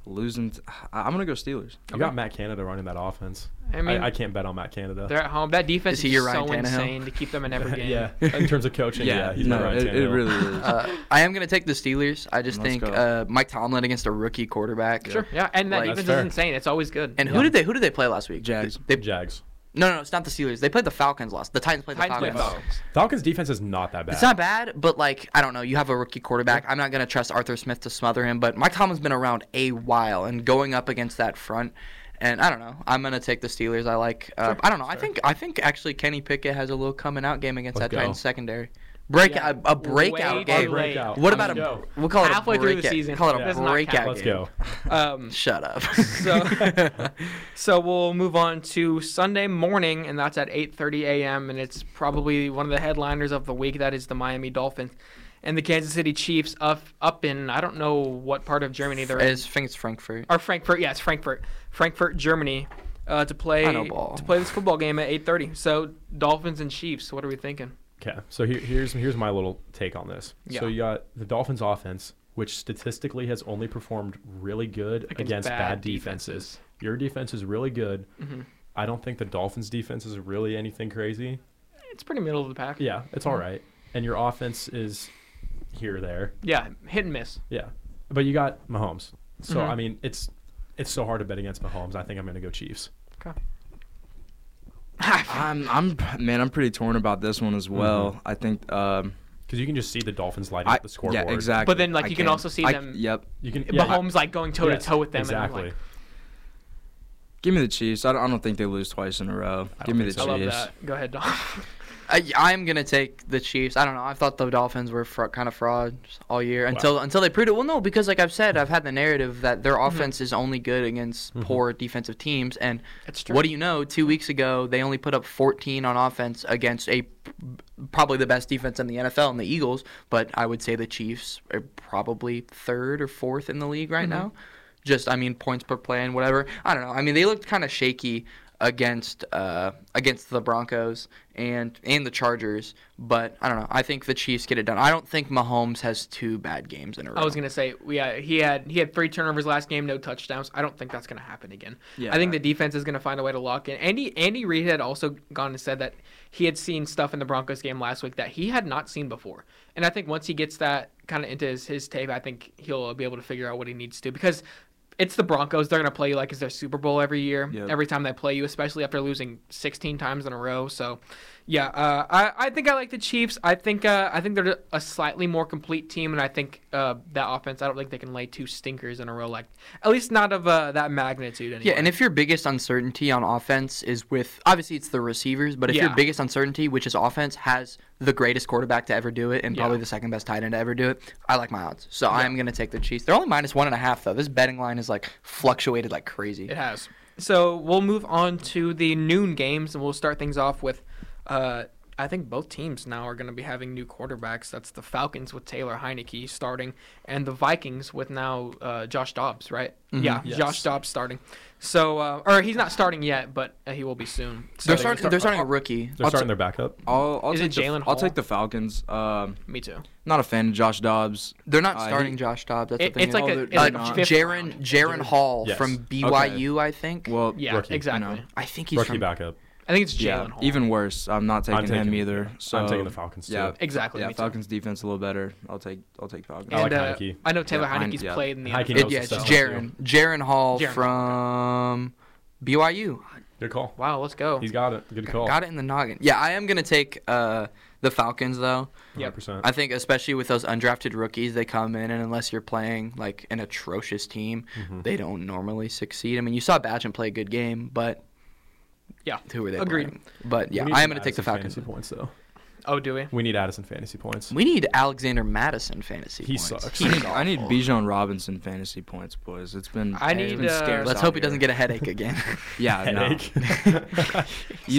Speaker 3: Losing. T- I, I'm gonna go Steelers.
Speaker 2: You got Matt Canada running that offense.
Speaker 1: I
Speaker 2: I,
Speaker 1: mean,
Speaker 2: I, can't bet on Matt Canada.
Speaker 1: they're at home. That defense
Speaker 4: Is
Speaker 1: is,
Speaker 4: he your
Speaker 1: just so
Speaker 4: Ryan Tannehill?
Speaker 1: insane to keep them in every game.
Speaker 2: yeah, in terms of coaching, yeah, he's
Speaker 3: no,
Speaker 2: not Ryan
Speaker 3: it, it
Speaker 2: Tannehill.
Speaker 3: really is.
Speaker 4: Uh, I am gonna take the Steelers. I just
Speaker 3: Let's
Speaker 4: think
Speaker 3: go.
Speaker 4: uh, Mike Tomlin against a rookie quarterback.
Speaker 1: Sure. Yeah, and that
Speaker 4: Like-
Speaker 1: defense
Speaker 2: That's
Speaker 1: is
Speaker 2: fair.
Speaker 1: insane. It's always good.
Speaker 4: And who did they who did they play last week?
Speaker 3: Jags.
Speaker 4: They,
Speaker 2: Jags.
Speaker 4: no, no, it's not the Steelers. They played the Falcons last. The Titans played the
Speaker 1: Titans play
Speaker 4: Falcons.
Speaker 1: Falcons.
Speaker 2: Falcons defense is not that bad.
Speaker 4: It's not bad, but like I don't know. You have a rookie quarterback. I'm not gonna trust Arthur Smith to smother him. But Mike Tomlin's been around a while, and going up against that front, and I don't know. I'm gonna take the Steelers. I like. Uh, I don't know. I think I think actually Kenny Pickett has a little coming out game against
Speaker 2: Let's
Speaker 4: that
Speaker 2: go.
Speaker 4: Titans secondary. Break
Speaker 1: Yeah.
Speaker 4: a, a breakout
Speaker 1: Way
Speaker 4: game.
Speaker 1: too late.
Speaker 2: Breakout.
Speaker 4: What
Speaker 2: Let's
Speaker 4: about a?
Speaker 2: go.
Speaker 4: We'll call it
Speaker 1: Halfway
Speaker 4: a
Speaker 1: through the
Speaker 4: breakout-
Speaker 1: season.
Speaker 4: Call it
Speaker 1: Does
Speaker 4: a
Speaker 1: not
Speaker 4: breakout
Speaker 1: count.
Speaker 2: Let's
Speaker 4: game.
Speaker 2: go.
Speaker 1: Um,
Speaker 4: Shut up.
Speaker 1: So, so we'll move on to Sunday morning, and that's at 8:30 a.m. And it's probably one of the headliners of the week. That is the Miami Dolphins and the Kansas City Chiefs up up in I don't know what part of Germany they're in.
Speaker 4: It's- I think it's Frankfurt.
Speaker 1: Or Frankfurt, yes, Frankfurt, Frankfurt, Germany, uh, to play
Speaker 4: I know ball.
Speaker 1: to play this football game at 8:30. So Dolphins and Chiefs. What are we thinking?
Speaker 2: Okay, so here, here's here's my little take on this.
Speaker 1: Yeah.
Speaker 2: So you got the Dolphins' offense, which statistically has only performed really good against, bad,
Speaker 1: bad Mm-hmm.
Speaker 2: defenses. Your defense is really good. I don't think the Dolphins' defense is really anything crazy.
Speaker 1: It's pretty middle of the pack.
Speaker 2: Yeah, it's all right. And your offense is here or there.
Speaker 1: Yeah, hit and miss.
Speaker 2: Yeah, but you got Mahomes. So
Speaker 1: Mm-hmm.
Speaker 2: I mean, it's it's so hard to bet against Mahomes. I think I'm going to go Chiefs.
Speaker 1: Okay.
Speaker 3: I'm, I'm, man, I'm pretty torn about this one as well. I think, um,
Speaker 2: Because you can just see the Dolphins lighting
Speaker 3: I,
Speaker 2: up Mm-hmm. the scoreboard.
Speaker 3: yeah, exactly.
Speaker 1: But then, like,
Speaker 3: I
Speaker 1: you can also see
Speaker 3: I-
Speaker 1: them-
Speaker 3: Yep.
Speaker 2: You can yeah,
Speaker 1: Mahomes like going toe to toe with them.
Speaker 2: Exactly.
Speaker 1: And
Speaker 3: Give me the Chiefs. I don't, I don't think they lose twice in a row.
Speaker 2: I
Speaker 3: Give
Speaker 2: don't
Speaker 3: me the
Speaker 2: think
Speaker 1: I'm
Speaker 3: Chiefs.
Speaker 1: like, I
Speaker 2: so.
Speaker 1: love that. Go ahead, Dom.
Speaker 4: I, I'm gonna take the Chiefs. I don't know. I thought the Dolphins were fr- kind of frauds all year until until they proved it. Well, no, because like I've said, I've had the narrative that their
Speaker 1: Mm-hmm.
Speaker 4: offense is only good against poor defensive teams. And
Speaker 1: That's true.
Speaker 4: what do you know? Two weeks ago, they only put up 14 on offense against a probably the best defense in the NFL and the Eagles. But I would say the Chiefs are probably third or fourth in the league
Speaker 1: Mm-hmm.
Speaker 4: right now. Just I mean points per play and whatever. I don't know. I mean they looked kind of shaky against uh, against the Broncos and and the Chargers, but I don't know. I think the Chiefs get it done. I don't think Mahomes has two bad games in a row.
Speaker 1: I was gonna say, yeah, he had he had three turnovers last game, no touchdowns. I don't think that's gonna happen again.
Speaker 3: Yeah.
Speaker 1: I think the defense is gonna find a way to lock in. Andy Andy Reid had also gone and said that he had seen stuff in the Broncos game last week that he had not seen before. And I think once he gets that kind of into his, his tape, I think he'll be able to figure out what he needs to because it's the Broncos. They're gonna play you like it's their Super Bowl every year.
Speaker 3: Yep.
Speaker 1: Every time they play you, especially after losing 16 times in a row. So, yeah, uh, I I think I like the Chiefs. I think uh, I think they're a slightly more complete team, and I think uh, that offense. I don't think they can lay two stinkers in a row, like at least not of uh, that magnitude. Anyway.
Speaker 4: Yeah, and if your biggest uncertainty on offense is with obviously it's the receivers, but if
Speaker 1: Yeah.
Speaker 4: your biggest uncertainty, which is offense, has the greatest quarterback to ever do it and probably
Speaker 1: Yeah.
Speaker 4: the second best tight end to ever do it, I like my odds. So I'm gonna take the Chiefs. They're only minus one and a half though. This betting line is like fluctuated like crazy.
Speaker 1: It has. So we'll move on to the noon games, and we'll start things off with. Uh, I think both teams now are going to be having new quarterbacks. That's the Falcons with Taylor Heineke starting, and the Vikings with now uh, Josh Dobbs, right?
Speaker 3: Mm-hmm.
Speaker 1: Yeah,
Speaker 2: Yes.
Speaker 1: Josh Dobbs starting. So, uh, or he's not starting yet, but uh, he will be soon. So
Speaker 4: They're
Speaker 1: they
Speaker 4: starting.
Speaker 1: start-
Speaker 4: They're starting a rookie.
Speaker 2: They're
Speaker 3: I'll
Speaker 2: starting
Speaker 3: t-
Speaker 2: their backup.
Speaker 3: I'll, I'll
Speaker 1: Is
Speaker 3: take
Speaker 1: it
Speaker 3: the-
Speaker 1: Jalen
Speaker 3: I'll
Speaker 1: Hall?
Speaker 3: take the Falcons. Um,
Speaker 1: Me too.
Speaker 3: not a fan of Josh Dobbs.
Speaker 4: They're not
Speaker 3: Uh, he-
Speaker 4: starting Josh Dobbs. That's
Speaker 1: It-
Speaker 4: the thing.
Speaker 1: it's like
Speaker 3: Oh,
Speaker 1: a,
Speaker 3: they're-
Speaker 1: it's
Speaker 4: uh,
Speaker 1: like
Speaker 3: not.
Speaker 1: a fifth
Speaker 4: Jaron
Speaker 1: round.
Speaker 4: Jaron Hall
Speaker 2: Yes.
Speaker 4: from BYU, I think.
Speaker 3: Well,
Speaker 1: Yeah,
Speaker 2: Rookie.
Speaker 1: exactly.
Speaker 3: I know.
Speaker 4: I think he's
Speaker 2: Rookie
Speaker 4: from.
Speaker 2: backup.
Speaker 1: I think it's Jalen
Speaker 3: yeah,
Speaker 1: Hall.
Speaker 3: even worse. I'm not taking,
Speaker 2: I'm taking
Speaker 3: him either. So
Speaker 2: I'm taking the Falcons too.
Speaker 3: Yeah,
Speaker 1: Exactly,
Speaker 3: Yeah,
Speaker 1: me too.
Speaker 3: Falcons defense a little better. I'll take I'll take Falcons.
Speaker 2: I like
Speaker 1: and, uh,
Speaker 2: Heineke.
Speaker 1: I know Taylor
Speaker 3: Yeah, Heine-
Speaker 1: Heineke's
Speaker 3: yeah.
Speaker 1: played in the
Speaker 2: Heineke
Speaker 1: NFL.
Speaker 2: knows
Speaker 4: It, yeah, it's
Speaker 2: himself.
Speaker 4: Jaron. Jaron Hall
Speaker 1: Jaren Hall,
Speaker 4: from BYU.
Speaker 2: Good call.
Speaker 1: Wow, let's go.
Speaker 2: He's got it. Good call.
Speaker 4: Got it in the noggin. Yeah, I am gonna take uh, the Falcons though.
Speaker 1: Yep.
Speaker 2: 100%.
Speaker 4: I think especially with those undrafted rookies, they come in and unless you're playing like an atrocious team,
Speaker 2: Mm-hmm.
Speaker 4: they don't normally succeed. I mean, you saw Badgett play a good game, but
Speaker 1: yeah.
Speaker 4: who are they?
Speaker 1: Agreed.
Speaker 4: playing? But
Speaker 2: We
Speaker 4: yeah,
Speaker 2: need
Speaker 4: I
Speaker 2: some
Speaker 4: am gonna take the
Speaker 2: Addison
Speaker 4: Falcons.
Speaker 2: Fantasy points though.
Speaker 1: Oh, do we?
Speaker 2: We need Addison fantasy points.
Speaker 4: We need Alexander Madison fantasy.
Speaker 2: He
Speaker 4: points.
Speaker 2: sucks.
Speaker 4: He's
Speaker 3: I need
Speaker 4: awful.
Speaker 3: Bijan Robinson fantasy points, boys. It's been
Speaker 1: I
Speaker 3: it's
Speaker 1: need,
Speaker 3: been
Speaker 1: uh,
Speaker 3: scarce
Speaker 4: Let's
Speaker 3: out
Speaker 4: hope he
Speaker 3: here.
Speaker 4: doesn't get a headache again.
Speaker 3: yeah no.
Speaker 2: Headache.
Speaker 3: You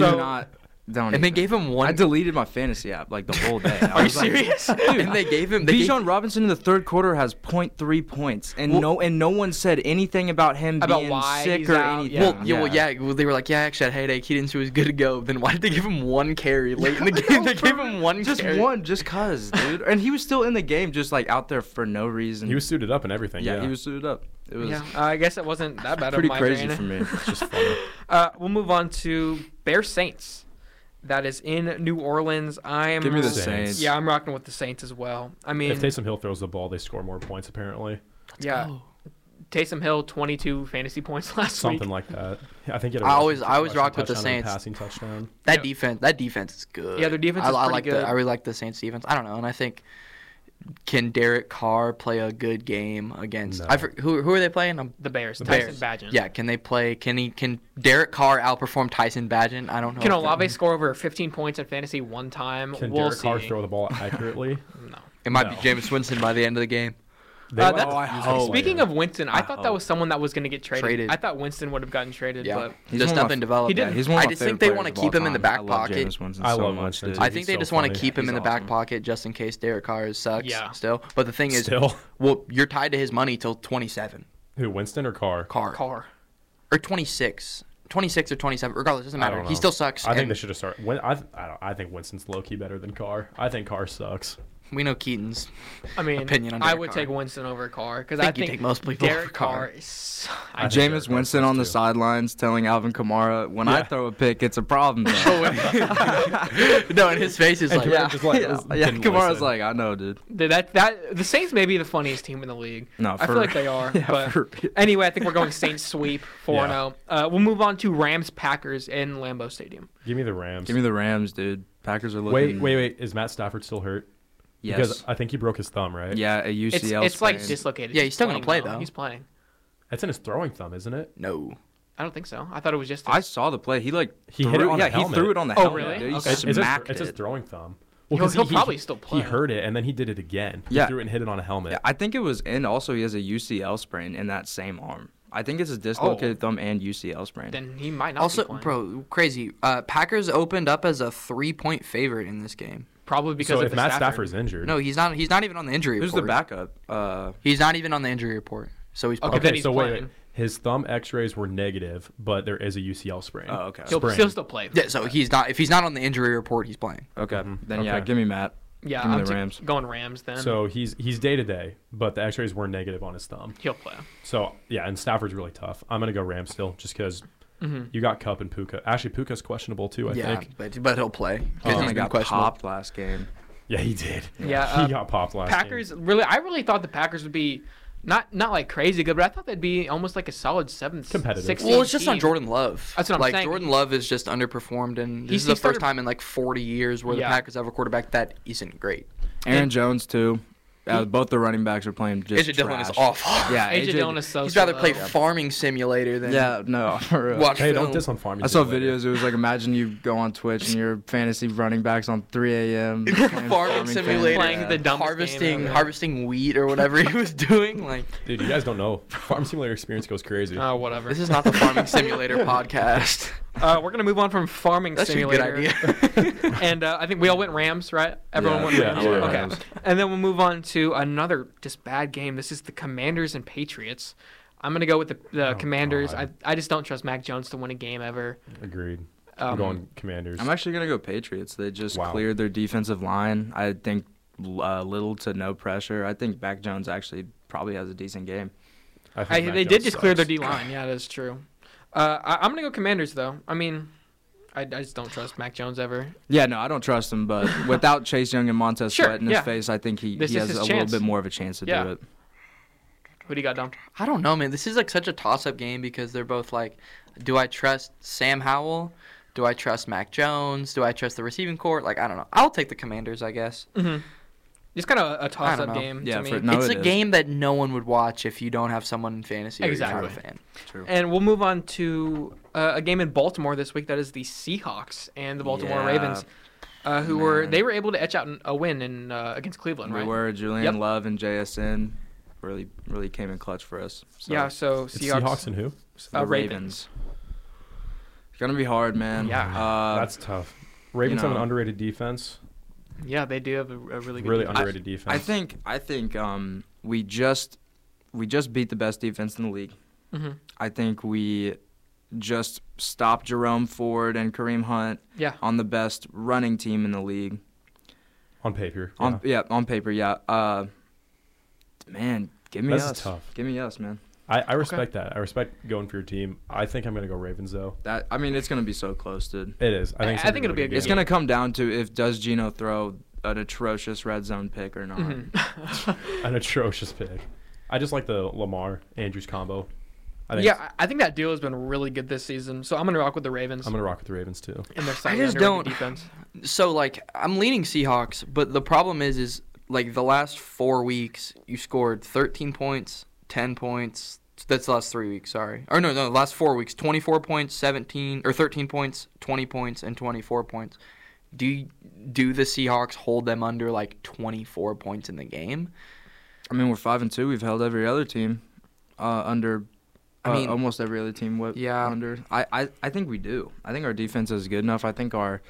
Speaker 1: So-
Speaker 3: do not don't.
Speaker 4: and they
Speaker 3: even.
Speaker 4: gave him
Speaker 3: I
Speaker 4: one.
Speaker 3: deleted my fantasy app like the whole day. I
Speaker 1: Are you
Speaker 3: was like,
Speaker 1: serious?
Speaker 4: and they gave him. They gave-
Speaker 3: Bijan Robinson in the third quarter has 0.3 points, and
Speaker 4: Well-
Speaker 3: no and no one said anything about him
Speaker 1: About
Speaker 3: being
Speaker 1: why
Speaker 3: sick
Speaker 1: he's
Speaker 3: or
Speaker 1: out, yeah.
Speaker 3: anything.
Speaker 4: Well, yeah, well, yeah. Well, they were like, yeah, I actually had a headache. He didn't see he was good to go. Then why did they give him one carry late in the game? they gave him one
Speaker 3: Just
Speaker 4: carry.
Speaker 3: one, just cause, dude. And he was still in the game, just like out there for no reason.
Speaker 2: he was suited up and everything.
Speaker 3: yeah,
Speaker 2: Yeah,
Speaker 3: he was suited up. It was
Speaker 1: Yeah, I guess it wasn't that bad
Speaker 3: pretty
Speaker 1: of my
Speaker 3: crazy
Speaker 1: brain.
Speaker 3: for me.
Speaker 2: It's just funny.
Speaker 1: Uh, we'll move on to Bear Saints. That is in New Orleans. I'm
Speaker 3: Give me the
Speaker 2: Saints.
Speaker 3: Saints.
Speaker 1: Yeah, I'm rocking with the Saints as well. I mean,
Speaker 2: if Taysom Hill throws the ball, they score more points apparently.
Speaker 1: yeah,
Speaker 2: Oh.
Speaker 1: Taysom Hill 22 fantasy points last
Speaker 2: Something
Speaker 1: week.
Speaker 2: like that. I think. he had a
Speaker 4: I always-
Speaker 2: rushing
Speaker 4: I always
Speaker 2: touchdown,
Speaker 4: rock with the
Speaker 2: touchdown, and a
Speaker 4: Saints.
Speaker 2: Passing touchdown.
Speaker 4: That
Speaker 1: Yeah.
Speaker 4: defense, that defense is good.
Speaker 1: Yeah, their defense
Speaker 4: I,
Speaker 1: is
Speaker 4: I
Speaker 1: pretty
Speaker 4: like
Speaker 1: good.
Speaker 4: The, I really like the Saints defense. I don't know, and I think can Derek Carr play a good game against? I
Speaker 2: No.
Speaker 4: for, who who are they playing? Um,
Speaker 1: the Bears, Tyson
Speaker 4: Bears.
Speaker 1: Badgett.
Speaker 4: yeah, can they play? Can he? Can Derek Carr outperform Tyson Badgett? I don't know.
Speaker 1: Can
Speaker 4: if they're-
Speaker 1: Olave score over 15 points in fantasy one time?
Speaker 2: Oh, Can
Speaker 1: we'll
Speaker 2: Derek
Speaker 1: see.
Speaker 2: Carr throw the ball accurately?
Speaker 1: no.
Speaker 4: It might
Speaker 2: No.
Speaker 4: be James Winston by the end of the game.
Speaker 2: They
Speaker 1: Uh,
Speaker 2: might
Speaker 1: that's-
Speaker 2: have to use
Speaker 3: oh,
Speaker 2: him
Speaker 1: Speaking
Speaker 2: later.
Speaker 1: of Winston, I thought that
Speaker 2: hope.
Speaker 1: was someone that was going to get traded.
Speaker 4: Traded.
Speaker 1: I thought Winston would have gotten traded,
Speaker 4: Yeah,
Speaker 1: but
Speaker 3: He's
Speaker 4: just
Speaker 3: one of
Speaker 4: nothing
Speaker 3: my-
Speaker 4: developed.
Speaker 1: He did-
Speaker 3: Yeah, he's one of
Speaker 4: I
Speaker 3: my
Speaker 4: just think
Speaker 3: favorite
Speaker 4: they
Speaker 3: players
Speaker 4: wanna
Speaker 3: of
Speaker 4: keep
Speaker 3: all
Speaker 4: him in the
Speaker 3: time.
Speaker 4: back
Speaker 3: I love
Speaker 4: pocket.
Speaker 3: Jameis Winston
Speaker 2: I
Speaker 3: so
Speaker 2: love
Speaker 3: much,
Speaker 2: Winston,
Speaker 3: dude.
Speaker 2: too.
Speaker 4: I
Speaker 2: He's
Speaker 4: think they
Speaker 2: so
Speaker 4: just want
Speaker 2: funny.
Speaker 4: to keep him in the
Speaker 3: He's
Speaker 4: back
Speaker 3: awesome.
Speaker 4: pocket just in case Derek Carr sucks
Speaker 1: Yeah.
Speaker 4: still. But the thing is,
Speaker 2: Still.
Speaker 4: well, you're tied to his money till 27,
Speaker 2: who Winston or Carr?
Speaker 4: Carr.
Speaker 1: Carr.
Speaker 4: Or 26. 26 or 27, regardless, doesn't
Speaker 2: I
Speaker 4: matter.
Speaker 2: don't
Speaker 4: He
Speaker 2: know.
Speaker 4: still sucks.
Speaker 2: I think
Speaker 4: and-
Speaker 2: they should have started. Win, I, I, don't, I think Winston's low key better than Carr. I think Carr sucks.
Speaker 4: we know Keaton's.
Speaker 1: I mean,
Speaker 4: Opinion on
Speaker 1: I
Speaker 4: Derek
Speaker 1: would
Speaker 4: Carr.
Speaker 1: take Winston over Carr because
Speaker 4: I
Speaker 1: I
Speaker 4: think you
Speaker 1: think
Speaker 4: take most people over
Speaker 1: Derek
Speaker 4: Carr.
Speaker 1: Carr is. So,
Speaker 2: I think Derek
Speaker 3: Jameis
Speaker 2: Carr
Speaker 3: Winston on the
Speaker 2: does, too.
Speaker 3: sidelines telling Alvin Kamara, "When I
Speaker 2: Yeah.
Speaker 3: throw a pick, it's a problem." though."
Speaker 4: Oh, no, and his face is like,
Speaker 2: Derek
Speaker 4: yeah.
Speaker 2: just like- "Oh,
Speaker 3: yeah,
Speaker 2: didn't
Speaker 3: yeah. Kamara's
Speaker 2: listen.
Speaker 3: like, "I know, dude."
Speaker 1: that that the Saints may be the funniest team in the league.
Speaker 3: No,
Speaker 1: I
Speaker 3: for-
Speaker 1: feel like they are.
Speaker 3: yeah,
Speaker 1: but
Speaker 3: for-
Speaker 1: anyway, I think we're going Saints sweep four
Speaker 2: Yeah.
Speaker 1: zero. Uh, we'll move on to Rams Packers in Lambeau Stadium.
Speaker 2: Give me the Rams.
Speaker 3: Give me the Rams, dude. Packers are looking.
Speaker 2: wait, wait, wait. Is Matt Stafford still hurt?
Speaker 3: Yes.
Speaker 2: Because I think he broke his thumb, right?
Speaker 3: yeah, a UCL.
Speaker 1: It's it's like
Speaker 3: sprain.
Speaker 1: dislocated.
Speaker 4: Yeah, he's still gonna
Speaker 1: playing
Speaker 4: play, though.
Speaker 1: He's playing.
Speaker 2: That's in his throwing thumb, isn't it?
Speaker 4: no.
Speaker 1: I don't think so. I thought it was just.
Speaker 3: I saw the play. He like
Speaker 2: He
Speaker 3: threw
Speaker 2: hit it on
Speaker 3: yeah,
Speaker 2: the
Speaker 3: he
Speaker 2: helmet.
Speaker 3: threw it on the
Speaker 1: Oh,
Speaker 3: helmet.
Speaker 1: really?
Speaker 3: dude. He
Speaker 1: Okay.
Speaker 2: It's his,
Speaker 3: smacked
Speaker 2: it's
Speaker 3: it.
Speaker 2: his throwing thumb.
Speaker 1: He'll-
Speaker 2: 'cause
Speaker 1: he'll probably still play.
Speaker 2: He heard it and then he did it again. He
Speaker 3: Yeah.
Speaker 2: threw it and hit it on a helmet.
Speaker 3: Yeah, I think it was, and also he has a UCL sprain in that same arm. I think it's a dislocated thumb and UCL sprain.
Speaker 1: then he might not.
Speaker 4: Also,
Speaker 1: be playing.
Speaker 4: bro, crazy. Uh, Packers opened up as a three-point favorite in this game.
Speaker 1: probably because
Speaker 2: so
Speaker 1: of
Speaker 2: if
Speaker 1: the
Speaker 2: Matt
Speaker 1: Stafford.
Speaker 2: Stafford's injured,
Speaker 4: No, he's not. He's not even on the injury
Speaker 3: Who's the
Speaker 4: report.
Speaker 3: backup? Uh,
Speaker 4: He's not even on the injury report. So he's
Speaker 1: Okay,
Speaker 4: probably-
Speaker 1: then
Speaker 2: Okay,
Speaker 1: he's
Speaker 2: so wait, wait.
Speaker 1: playing.
Speaker 2: His thumb X-rays were negative, but there is a UCL sprain.
Speaker 3: Oh, okay.
Speaker 1: He'll,
Speaker 2: Sprain.
Speaker 1: he'll still play.
Speaker 4: Yeah, so he's not. If he's not on the injury report, he's playing.
Speaker 3: okay, then yeah,
Speaker 2: Mm-hmm. Okay.
Speaker 3: give me Matt.
Speaker 1: Yeah,
Speaker 3: give me
Speaker 1: I'm
Speaker 3: the
Speaker 1: t-
Speaker 3: Rams.
Speaker 1: going Rams then.
Speaker 2: So he's he's day to day, but the X-rays were negative on his thumb.
Speaker 1: he'll play.
Speaker 2: So yeah, and Stafford's really tough. I'm gonna go Rams still, just because
Speaker 1: Mm-hmm.
Speaker 2: you got Cup and Puka. Actually, Puka's questionable too. I
Speaker 4: yeah,
Speaker 2: think.
Speaker 4: but but he'll play because
Speaker 3: Because
Speaker 4: he's
Speaker 3: he
Speaker 4: been
Speaker 3: got
Speaker 4: questionable.
Speaker 3: Oh, popped last game.
Speaker 2: Yeah, he did.
Speaker 1: Yeah,
Speaker 2: he
Speaker 1: uh,
Speaker 2: got popped last. game.
Speaker 1: Packers really. I really thought the Packers would be not not like crazy good, but I thought they'd be almost like a solid seventh,
Speaker 2: Competitive.
Speaker 1: sixth
Speaker 4: Well, it's just
Speaker 1: team.
Speaker 4: on Jordan Love.
Speaker 1: That's what I'm
Speaker 4: like,
Speaker 1: saying.
Speaker 4: Jordan Love is just underperformed, and this
Speaker 1: He-
Speaker 4: is the
Speaker 1: he started-
Speaker 4: first time in like 40 years where
Speaker 1: Yeah.
Speaker 4: the Packers have a quarterback that isn't great.
Speaker 3: Aaron Jones too. Uh, both the running backs are playing just
Speaker 4: AJ Dillon is
Speaker 3: trash.
Speaker 4: awful.
Speaker 3: Yeah,
Speaker 1: AJ Dillon is so.
Speaker 4: he's rather
Speaker 1: slow.
Speaker 4: play Farming Simulator than
Speaker 3: Yeah, no, for real.
Speaker 4: watch
Speaker 2: Hey,
Speaker 4: film.
Speaker 2: don't diss on farming.
Speaker 3: I saw videos. It was like imagine you go on Twitch and your fantasy running backs on 3 a.m. playing
Speaker 4: farming,
Speaker 3: fantasy.
Speaker 4: Simulator,
Speaker 1: Playing the dumbest game
Speaker 4: harvesting
Speaker 1: ever.
Speaker 4: harvesting wheat or whatever he was doing. Like
Speaker 2: Dude, you guys don't know. Farm Simulator experience goes crazy.
Speaker 1: Oh, whatever.
Speaker 4: this is not the Farming Simulator podcast.
Speaker 1: uh, we're gonna move on from farming
Speaker 4: That's a good
Speaker 1: simulator,
Speaker 4: idea.
Speaker 1: and uh, I think we all went Rams, right? Everyone
Speaker 3: Yeah.
Speaker 1: went
Speaker 2: Yeah,
Speaker 1: Rams.
Speaker 2: yeah,
Speaker 1: okay,
Speaker 3: Rams.
Speaker 1: and then we'll move on to another just bad game. This is the Commanders and Patriots. I'm gonna go with the, the
Speaker 2: Oh,
Speaker 1: Commanders. I,
Speaker 2: God.
Speaker 1: I just don't trust Mac Jones to win a game ever.
Speaker 2: Agreed.
Speaker 1: Um,
Speaker 2: I'm going Commanders.
Speaker 3: I'm actually gonna go Patriots. They just
Speaker 2: Wow.
Speaker 3: cleared their defensive line. I think uh, little to no pressure. I think Back Jones actually probably has a decent game.
Speaker 2: I
Speaker 1: I,
Speaker 2: think Mac
Speaker 1: they did
Speaker 2: Jones
Speaker 1: just clear their
Speaker 2: sucks.
Speaker 1: D line. Yeah, that's true. Uh, I, I'm gonna go Commanders though. I mean, I, I just don't trust Mac Jones ever.
Speaker 3: Yeah, no, I don't trust him, but without Chase Young and Montez
Speaker 1: Sure,
Speaker 3: Sweat in his
Speaker 1: yeah.
Speaker 3: face, I think he,
Speaker 1: This
Speaker 3: he
Speaker 1: is
Speaker 3: has
Speaker 1: his
Speaker 3: a
Speaker 1: chance.
Speaker 3: little bit more of a chance to
Speaker 1: Yeah.
Speaker 3: do it.
Speaker 1: Who do you got, Dom?
Speaker 4: I don't know, man. This is like such a toss-up game because they're both like, do I trust Sam Howell? Do I trust Mac Jones? Do I trust the receiving court? Like, I don't know. I'll take the Commanders, I guess.
Speaker 1: It's kind of a toss-up
Speaker 4: Mm-hmm. know.
Speaker 1: game
Speaker 3: Yeah,
Speaker 1: to me.
Speaker 3: for- no.
Speaker 4: it's
Speaker 3: it
Speaker 4: a
Speaker 3: is.
Speaker 4: game that no one would watch if you don't have someone in fantasy. Or
Speaker 1: Exactly.
Speaker 4: you're not a fan.
Speaker 3: True.
Speaker 1: And we'll move on to uh, a game in Baltimore this week. That is the Seahawks and the Baltimore
Speaker 3: Yeah.
Speaker 1: Ravens, uh, who were
Speaker 3: Man.
Speaker 1: they were able to etch out an- a win in uh, against Cleveland,
Speaker 3: We
Speaker 1: right?
Speaker 3: were Julian
Speaker 1: Yep.
Speaker 3: Love and JSN really really came in clutch for us. So,
Speaker 1: Yeah. So
Speaker 2: It's
Speaker 1: Seahawks,
Speaker 2: Seahawks and who?
Speaker 3: the
Speaker 1: uh, Ravens.
Speaker 3: Ravens. It's gonna be hard, man.
Speaker 1: Yeah.
Speaker 3: uh,
Speaker 2: That's tough. Ravens have
Speaker 3: know.
Speaker 2: an underrated defense.
Speaker 1: Yeah, they do have a, a really good.
Speaker 2: Really
Speaker 1: defense.
Speaker 2: underrated defense.
Speaker 3: I think I think um, we just we just beat the best defense in the league.
Speaker 1: Mhm.
Speaker 3: I think we just stopped Jerome Ford and Kareem Hunt
Speaker 1: Yeah.
Speaker 3: on the best running team in the league.
Speaker 2: on paper.
Speaker 3: On
Speaker 2: yeah.
Speaker 3: yeah, on paper, yeah. Uh, man, give me
Speaker 2: This is
Speaker 3: us.
Speaker 2: tough.
Speaker 3: Give me us, man.
Speaker 2: I, I respect that. I respect going for your team. I think I'm gonna go Ravens though.
Speaker 3: That I mean, it's gonna be so close, dude.
Speaker 2: It is. I think.
Speaker 1: I-
Speaker 2: it's
Speaker 1: I
Speaker 2: gonna
Speaker 1: think it'll be a
Speaker 2: really
Speaker 1: good
Speaker 3: It's
Speaker 1: game.
Speaker 3: gonna come down to if does Gino throw an atrocious red zone pick or not.
Speaker 2: an atrocious pick. I just like the Lamar Andrews combo. I think
Speaker 1: Yeah, I I think that deal has been really good this season. So I'm gonna rock with the Ravens
Speaker 2: I'm gonna rock with the Ravens too.
Speaker 1: and their slightly
Speaker 4: just
Speaker 1: underrated
Speaker 4: don't-
Speaker 1: defense.
Speaker 4: So like, I'm leaning Seahawks, but the problem is, is like the last four weeks you scored 13 points, 10 points. That's the last three weeks. Sorry, or no, no, the last four weeks: 24 points, 17 or 13 points, 20 points, and 24 points. Do you, do the Seahawks hold them under like 24 points in the game?
Speaker 3: I mean, we're five and two. We've held every other team uh, under.
Speaker 4: I
Speaker 3: uh,
Speaker 4: mean-
Speaker 3: almost every other team. What?
Speaker 4: Yeah.
Speaker 3: Under. I, I I think we do. I think our defense is good enough. I think our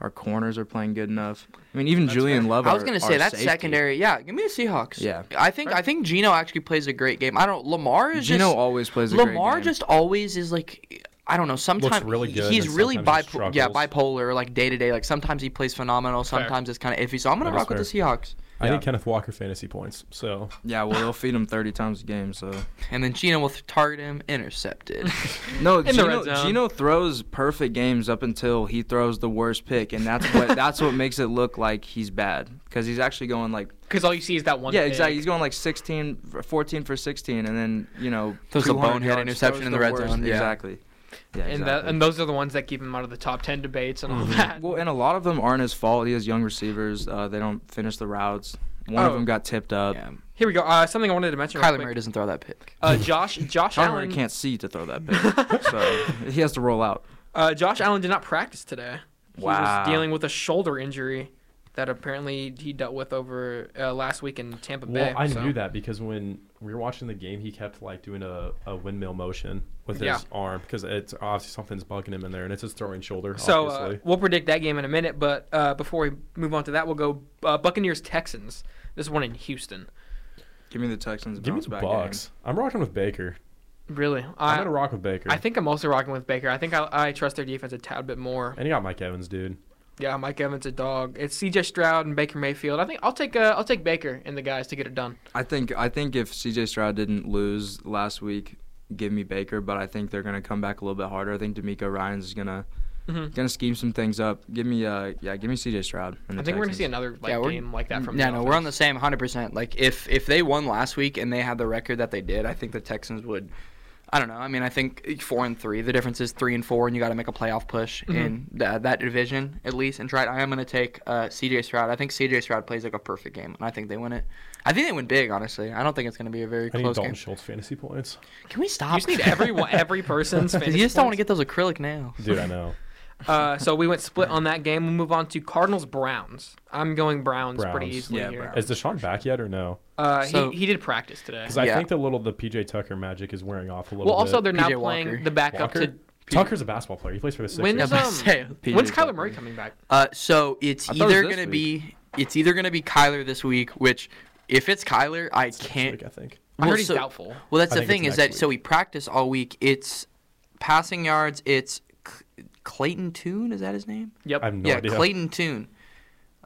Speaker 3: our corners are playing good enough. I mean, even Julian Love.
Speaker 4: I was
Speaker 3: our-
Speaker 4: gonna
Speaker 3: our
Speaker 4: say that
Speaker 3: safety.
Speaker 4: secondary. Yeah, give me the Seahawks.
Speaker 3: Yeah.
Speaker 4: I think I think Gino actually plays a great game. I don't. Lamar is
Speaker 3: Gino
Speaker 4: just
Speaker 3: always plays. A
Speaker 4: Lamar
Speaker 3: great game.
Speaker 4: just always is like I don't know. Sometimes
Speaker 2: really good,
Speaker 4: he's
Speaker 2: and
Speaker 4: really
Speaker 2: sometimes he
Speaker 4: bipo- yeah
Speaker 2: struggles.
Speaker 4: bipolar, like day to day. Like sometimes he plays phenomenal, sometimes it's kind of iffy. So I'm gonna
Speaker 2: That is
Speaker 4: rock with the Seahawks.
Speaker 2: I
Speaker 3: Yeah.
Speaker 2: need Kenneth Walker fantasy points. So
Speaker 3: Yeah, well, they'll feed him 30 times a game. So
Speaker 4: And then Gino will th- target him, intercepted.
Speaker 3: no,
Speaker 1: the
Speaker 3: Gino,
Speaker 1: red zone.
Speaker 3: Gino throws perfect games up until he throws the worst pick, and that's what that's what makes it look like he's bad because he's actually going like
Speaker 1: Because all you see is that one.
Speaker 3: yeah,
Speaker 1: pick.
Speaker 3: exactly. He's going like 16, for- 14 for 16, and then you know
Speaker 4: Throws the
Speaker 3: 200
Speaker 4: bonehead
Speaker 3: yards,
Speaker 4: interception
Speaker 3: throws
Speaker 4: in the red
Speaker 3: worst-
Speaker 4: zone, yeah.
Speaker 3: Exactly.
Speaker 1: And,
Speaker 3: Yeah,
Speaker 1: that,
Speaker 3: exactly. Mm-hmm.
Speaker 1: and those are the ones that keep him out of the top ten debates and all that.
Speaker 3: Well, and a lot of them aren't his fault. He has young receivers. Uh, they don't finish the routes. One of
Speaker 1: Oh.
Speaker 3: them got tipped up.
Speaker 4: yeah.
Speaker 1: Here we go. Uh, something I wanted to mention. real
Speaker 4: Kyler
Speaker 1: quick.
Speaker 4: Murray doesn't throw that pick.
Speaker 1: Uh, Josh Josh
Speaker 3: Kyler Murray
Speaker 1: Allen
Speaker 3: can't see to throw that pick, so he has to roll out.
Speaker 1: Uh, Josh Allen did not practice today. He
Speaker 3: Wow.
Speaker 1: was dealing with a shoulder injury that apparently he dealt with over uh, last week in Tampa Bay.
Speaker 2: Well, I
Speaker 1: so-
Speaker 2: knew that because when we were watching the game, he kept like doing a, a windmill motion with his
Speaker 1: Yeah.
Speaker 2: arm because it's obviously something's bugging him in there, and it's his throwing shoulder.
Speaker 1: So uh,
Speaker 2: obviously.
Speaker 1: we'll predict that game in a minute, but uh, before we move on to that, we'll go uh, Buccaneers Texans. This one in Houston.
Speaker 3: Give me the Texans.
Speaker 2: give me
Speaker 3: bounce
Speaker 2: the
Speaker 3: back
Speaker 2: Bucks. I'm rocking with Baker.
Speaker 1: Really,
Speaker 2: I, am
Speaker 1: I
Speaker 2: gonna rock with Baker.
Speaker 1: I think I'm also rocking with Baker. I think I, I trust their defense a tad bit more.
Speaker 2: and he got Mike Evans, dude.
Speaker 1: Yeah, Mike Evans a dog. It's C.J. Stroud and Baker Mayfield. I think I'll take uh, I'll take Baker and the guys to get it done.
Speaker 3: game. I think I think if C.J. Stroud didn't lose last week, give me Baker. But I think they're gonna come back a little bit harder. I think D'Amico Ryan's is gonna
Speaker 1: Mhm.
Speaker 3: gonna scheme some things up. Give me uh yeah, give me C.J. Stroud. and the
Speaker 1: I think we're gonna see
Speaker 3: Texans.
Speaker 1: another like
Speaker 4: Yeah, we're-
Speaker 1: game like that from.
Speaker 4: yeah,
Speaker 1: the
Speaker 4: no, we're on the same 100%. Like, if, if they won last week and they had the record that they did, I think the Texans would. I don't know. I mean, I think four and three. The difference is three and four, and you got to make a playoff push in th- that division at least. And try. I am going to take uh, C.J. Stroud. I think C.J. Stroud plays like a perfect game, and I think they win it. I think they win big. Honestly, I don't think it's going to be a very
Speaker 2: I need
Speaker 4: close
Speaker 2: Dalton
Speaker 4: game.
Speaker 2: Schultz fantasy points,
Speaker 4: Can we stop?
Speaker 1: You just need everyone, every person's.
Speaker 4: Because you just don't want to get those acrylic nails.
Speaker 2: dude. I know.
Speaker 1: Uh, so we went split on that game. We move on to Cardinals Browns. I'm going Browns, pretty
Speaker 2: Browns.
Speaker 1: easily
Speaker 3: Yeah,
Speaker 1: here.
Speaker 2: Is
Speaker 3: Browns.
Speaker 2: Deshaun back yet or no?
Speaker 1: Uh,
Speaker 4: So-
Speaker 1: he, he did practice today.
Speaker 2: Because I
Speaker 4: Yeah.
Speaker 2: think the little the PJ Tucker magic is wearing off a little.
Speaker 1: Well, also
Speaker 2: bit.
Speaker 1: they're now
Speaker 4: PJ
Speaker 1: playing
Speaker 4: Walker.
Speaker 1: the backup
Speaker 2: Walker?
Speaker 1: to.
Speaker 2: Tucker's a basketball player. He plays for the Sixers.
Speaker 1: When is
Speaker 4: Yeah, but
Speaker 1: um,
Speaker 4: say- PJ
Speaker 1: when's
Speaker 3: Tucker.
Speaker 1: Kyler Murray coming back?
Speaker 4: Uh, so it's
Speaker 3: I thought it was
Speaker 4: either
Speaker 3: this
Speaker 4: gonna
Speaker 3: week.
Speaker 4: be it's either gonna be Kyler this week, which if it's Kyler, I
Speaker 2: This
Speaker 4: can't.
Speaker 2: week, I think.
Speaker 1: I
Speaker 4: Well,
Speaker 1: heard he's
Speaker 4: so-
Speaker 1: doubtful.
Speaker 4: Well, that's
Speaker 2: I
Speaker 4: the
Speaker 2: think it's
Speaker 4: thing is that
Speaker 2: next
Speaker 4: so we practice all week. It's passing yards. It's C- Clayton Toon. Is that his name?
Speaker 1: Yep.
Speaker 2: I have no
Speaker 4: yeah,
Speaker 2: idea.
Speaker 4: Clayton Toon.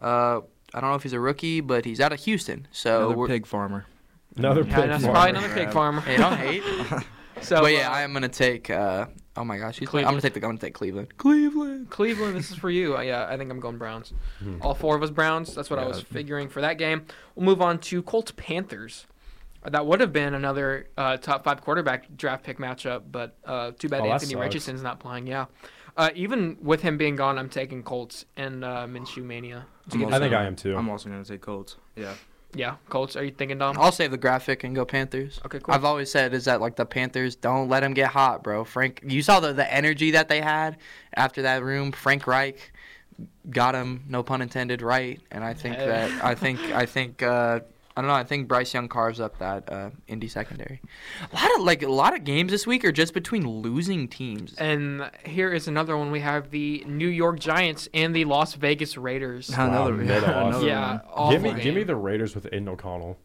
Speaker 4: Uh, I don't know if he's a rookie, but he's out of Houston. So
Speaker 3: another
Speaker 4: we're,
Speaker 3: pig farmer.
Speaker 2: Another
Speaker 1: Yeah,
Speaker 2: pick
Speaker 1: that's
Speaker 2: for-
Speaker 1: probably another pig
Speaker 3: Yeah.
Speaker 1: farmer.
Speaker 4: hey, don't hate.
Speaker 1: So
Speaker 4: but yeah,
Speaker 1: uh,
Speaker 4: I am gonna take. Uh, oh my gosh, he's I'm
Speaker 1: Cleveland.
Speaker 4: gonna take the. I'm gonna take Cleveland. Cleveland.
Speaker 1: Cleveland, this is for you. Uh, yeah, I think I'm going Browns. All four of us Browns. That's what I
Speaker 3: Yeah.
Speaker 1: was figuring for that game. We'll move on to Colts Panthers. Uh, That would have been another uh, top five quarterback draft pick matchup, but uh, too bad
Speaker 2: Oh, that
Speaker 1: Anthony
Speaker 2: sucks.
Speaker 1: Richardson's not playing. Yeah, uh, even with him being gone, I'm taking Colts and uh, Minshew mania.
Speaker 3: I'm
Speaker 2: I
Speaker 3: also
Speaker 2: think I
Speaker 3: gonna-
Speaker 2: am too.
Speaker 3: I'm also gonna take Colts. Yeah.
Speaker 1: Yeah, Colts. Are you thinking Dom?
Speaker 4: I'll save the graphic and go Panthers.
Speaker 1: Okay, cool.
Speaker 4: I've always said is that like the Panthers don't let them get hot, bro. Frank, you saw the the energy that they had after that room. Frank Reich got him, no pun intended, right. And I think
Speaker 1: Yeah.
Speaker 4: that I think I think uh, I don't know. I think Bryce Young carves up that uh, Indy secondary. A lot of like a lot of games this week are just between losing teams.
Speaker 1: And here is another one. We have the New York Giants and the Las Vegas Raiders.
Speaker 3: Another,
Speaker 2: mid off.
Speaker 3: another
Speaker 1: yeah,
Speaker 3: one.
Speaker 1: awful
Speaker 2: give me,
Speaker 1: game.
Speaker 2: give me the Raiders with Aiden O'Connell.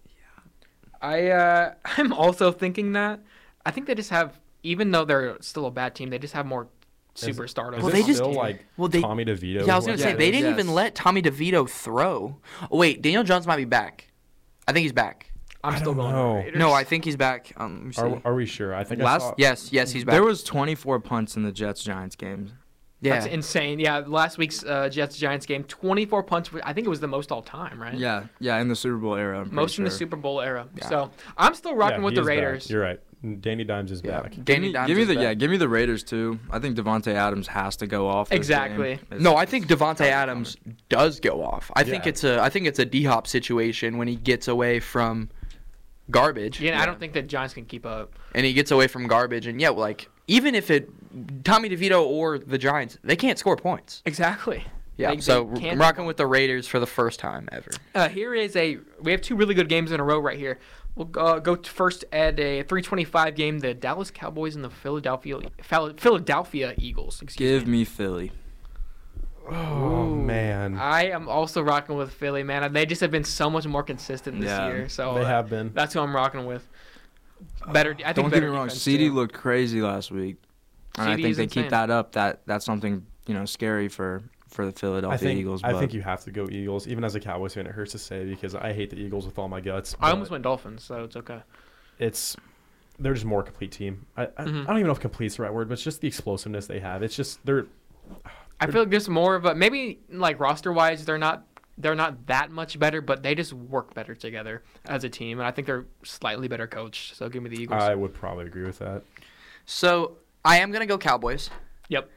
Speaker 1: I uh, I'm also thinking that. I think they just have, even though they're still a bad team, they just have more superstardom.
Speaker 2: Is
Speaker 4: Well,
Speaker 2: it
Speaker 4: they just-
Speaker 2: still like
Speaker 4: well, they-
Speaker 2: Tommy DeVito?
Speaker 4: Yeah, I was
Speaker 2: who
Speaker 4: gonna
Speaker 2: I
Speaker 4: say
Speaker 2: said?
Speaker 4: they didn't
Speaker 3: Yes.
Speaker 4: even let Tommy DeVito throw. Oh, wait, Daniel Jones might be back. I think he's back.
Speaker 1: I'm
Speaker 2: I
Speaker 1: still
Speaker 2: don't
Speaker 1: going.
Speaker 2: know.
Speaker 1: Raiders.
Speaker 4: No, I think he's back. Um, let me see.
Speaker 2: Are, are we sure? I think
Speaker 3: Last-
Speaker 2: I saw,
Speaker 4: yes, yes, he's back.
Speaker 3: There was 24 punts in the Jets Giants game.
Speaker 4: yeah.
Speaker 1: That's insane. Yeah, last week's uh, Jets Giants game, 24 punts. I think it was the most all time, right?
Speaker 3: Yeah, yeah, in the Super Bowl era. I'm pretty
Speaker 1: Most in the
Speaker 3: sure.
Speaker 1: Super Bowl era. So I'm still rocking
Speaker 2: yeah,
Speaker 1: with
Speaker 2: he
Speaker 1: the
Speaker 2: is back.
Speaker 1: Raiders.
Speaker 2: You're right. Danny Dimes is
Speaker 4: Yeah.
Speaker 2: back.
Speaker 3: Give
Speaker 4: Danny
Speaker 3: me,
Speaker 4: Dimes.
Speaker 3: give me
Speaker 4: is
Speaker 3: the
Speaker 4: back.
Speaker 3: yeah, give me the Raiders too. I think Devonte Adams has to go off. this game.
Speaker 1: Exactly.
Speaker 3: It's-
Speaker 4: No, I think Devonte Adams does go off. I think
Speaker 2: Yeah.
Speaker 4: it's a I think it's a D Hop situation when he gets away from garbage.
Speaker 1: Yeah, I don't think the Giants can keep up.
Speaker 4: And he gets away from garbage, and yeah, like even if it Tommy DeVito or the Giants, they can't score points.
Speaker 1: Exactly.
Speaker 4: Yeah,
Speaker 1: They- they
Speaker 4: so
Speaker 1: can't-
Speaker 4: I'm rocking with the Raiders for the first time ever.
Speaker 1: Uh, here is a. We have two really good games in a row right here. We'll uh, go to first at a 325 game, the Dallas Cowboys and the Philadelphia Phil- Philadelphia Eagles. Excuse
Speaker 3: Give me Philly.
Speaker 2: Oh man,
Speaker 1: I am also rocking with Philly, man. They just have been so much more consistent this
Speaker 3: Yeah,
Speaker 1: year. So
Speaker 2: they
Speaker 1: uh,
Speaker 2: have Uh, been.
Speaker 1: That's who I'm rocking with. Better. I think
Speaker 3: Don't get
Speaker 1: better
Speaker 3: me wrong.
Speaker 1: defense,
Speaker 3: CD
Speaker 1: too.
Speaker 3: looked crazy last week, and
Speaker 1: CD
Speaker 3: I think
Speaker 1: is
Speaker 3: they
Speaker 1: insane.
Speaker 3: keep that up. That that's something you know scary for for the Philadelphia
Speaker 2: I think
Speaker 3: Eagles. But
Speaker 2: I think you have to go Eagles, even as a Cowboys fan. It hurts to say because I hate the Eagles with all my guts.
Speaker 1: I
Speaker 2: but
Speaker 1: almost went Dolphins, so it's okay.
Speaker 2: it's they're just more complete team. I, I,
Speaker 1: Mm-hmm.
Speaker 2: I don't even know if complete's the right word, but it's just the explosiveness they have. It's just they're
Speaker 1: I feel like there's more of a maybe like roster wise they're not they're not that much better, but they just work better together as a team, and I think they're slightly better coached. So give me the Eagles.
Speaker 2: I would probably agree with that.
Speaker 4: So I am gonna go Cowboys.
Speaker 1: yep.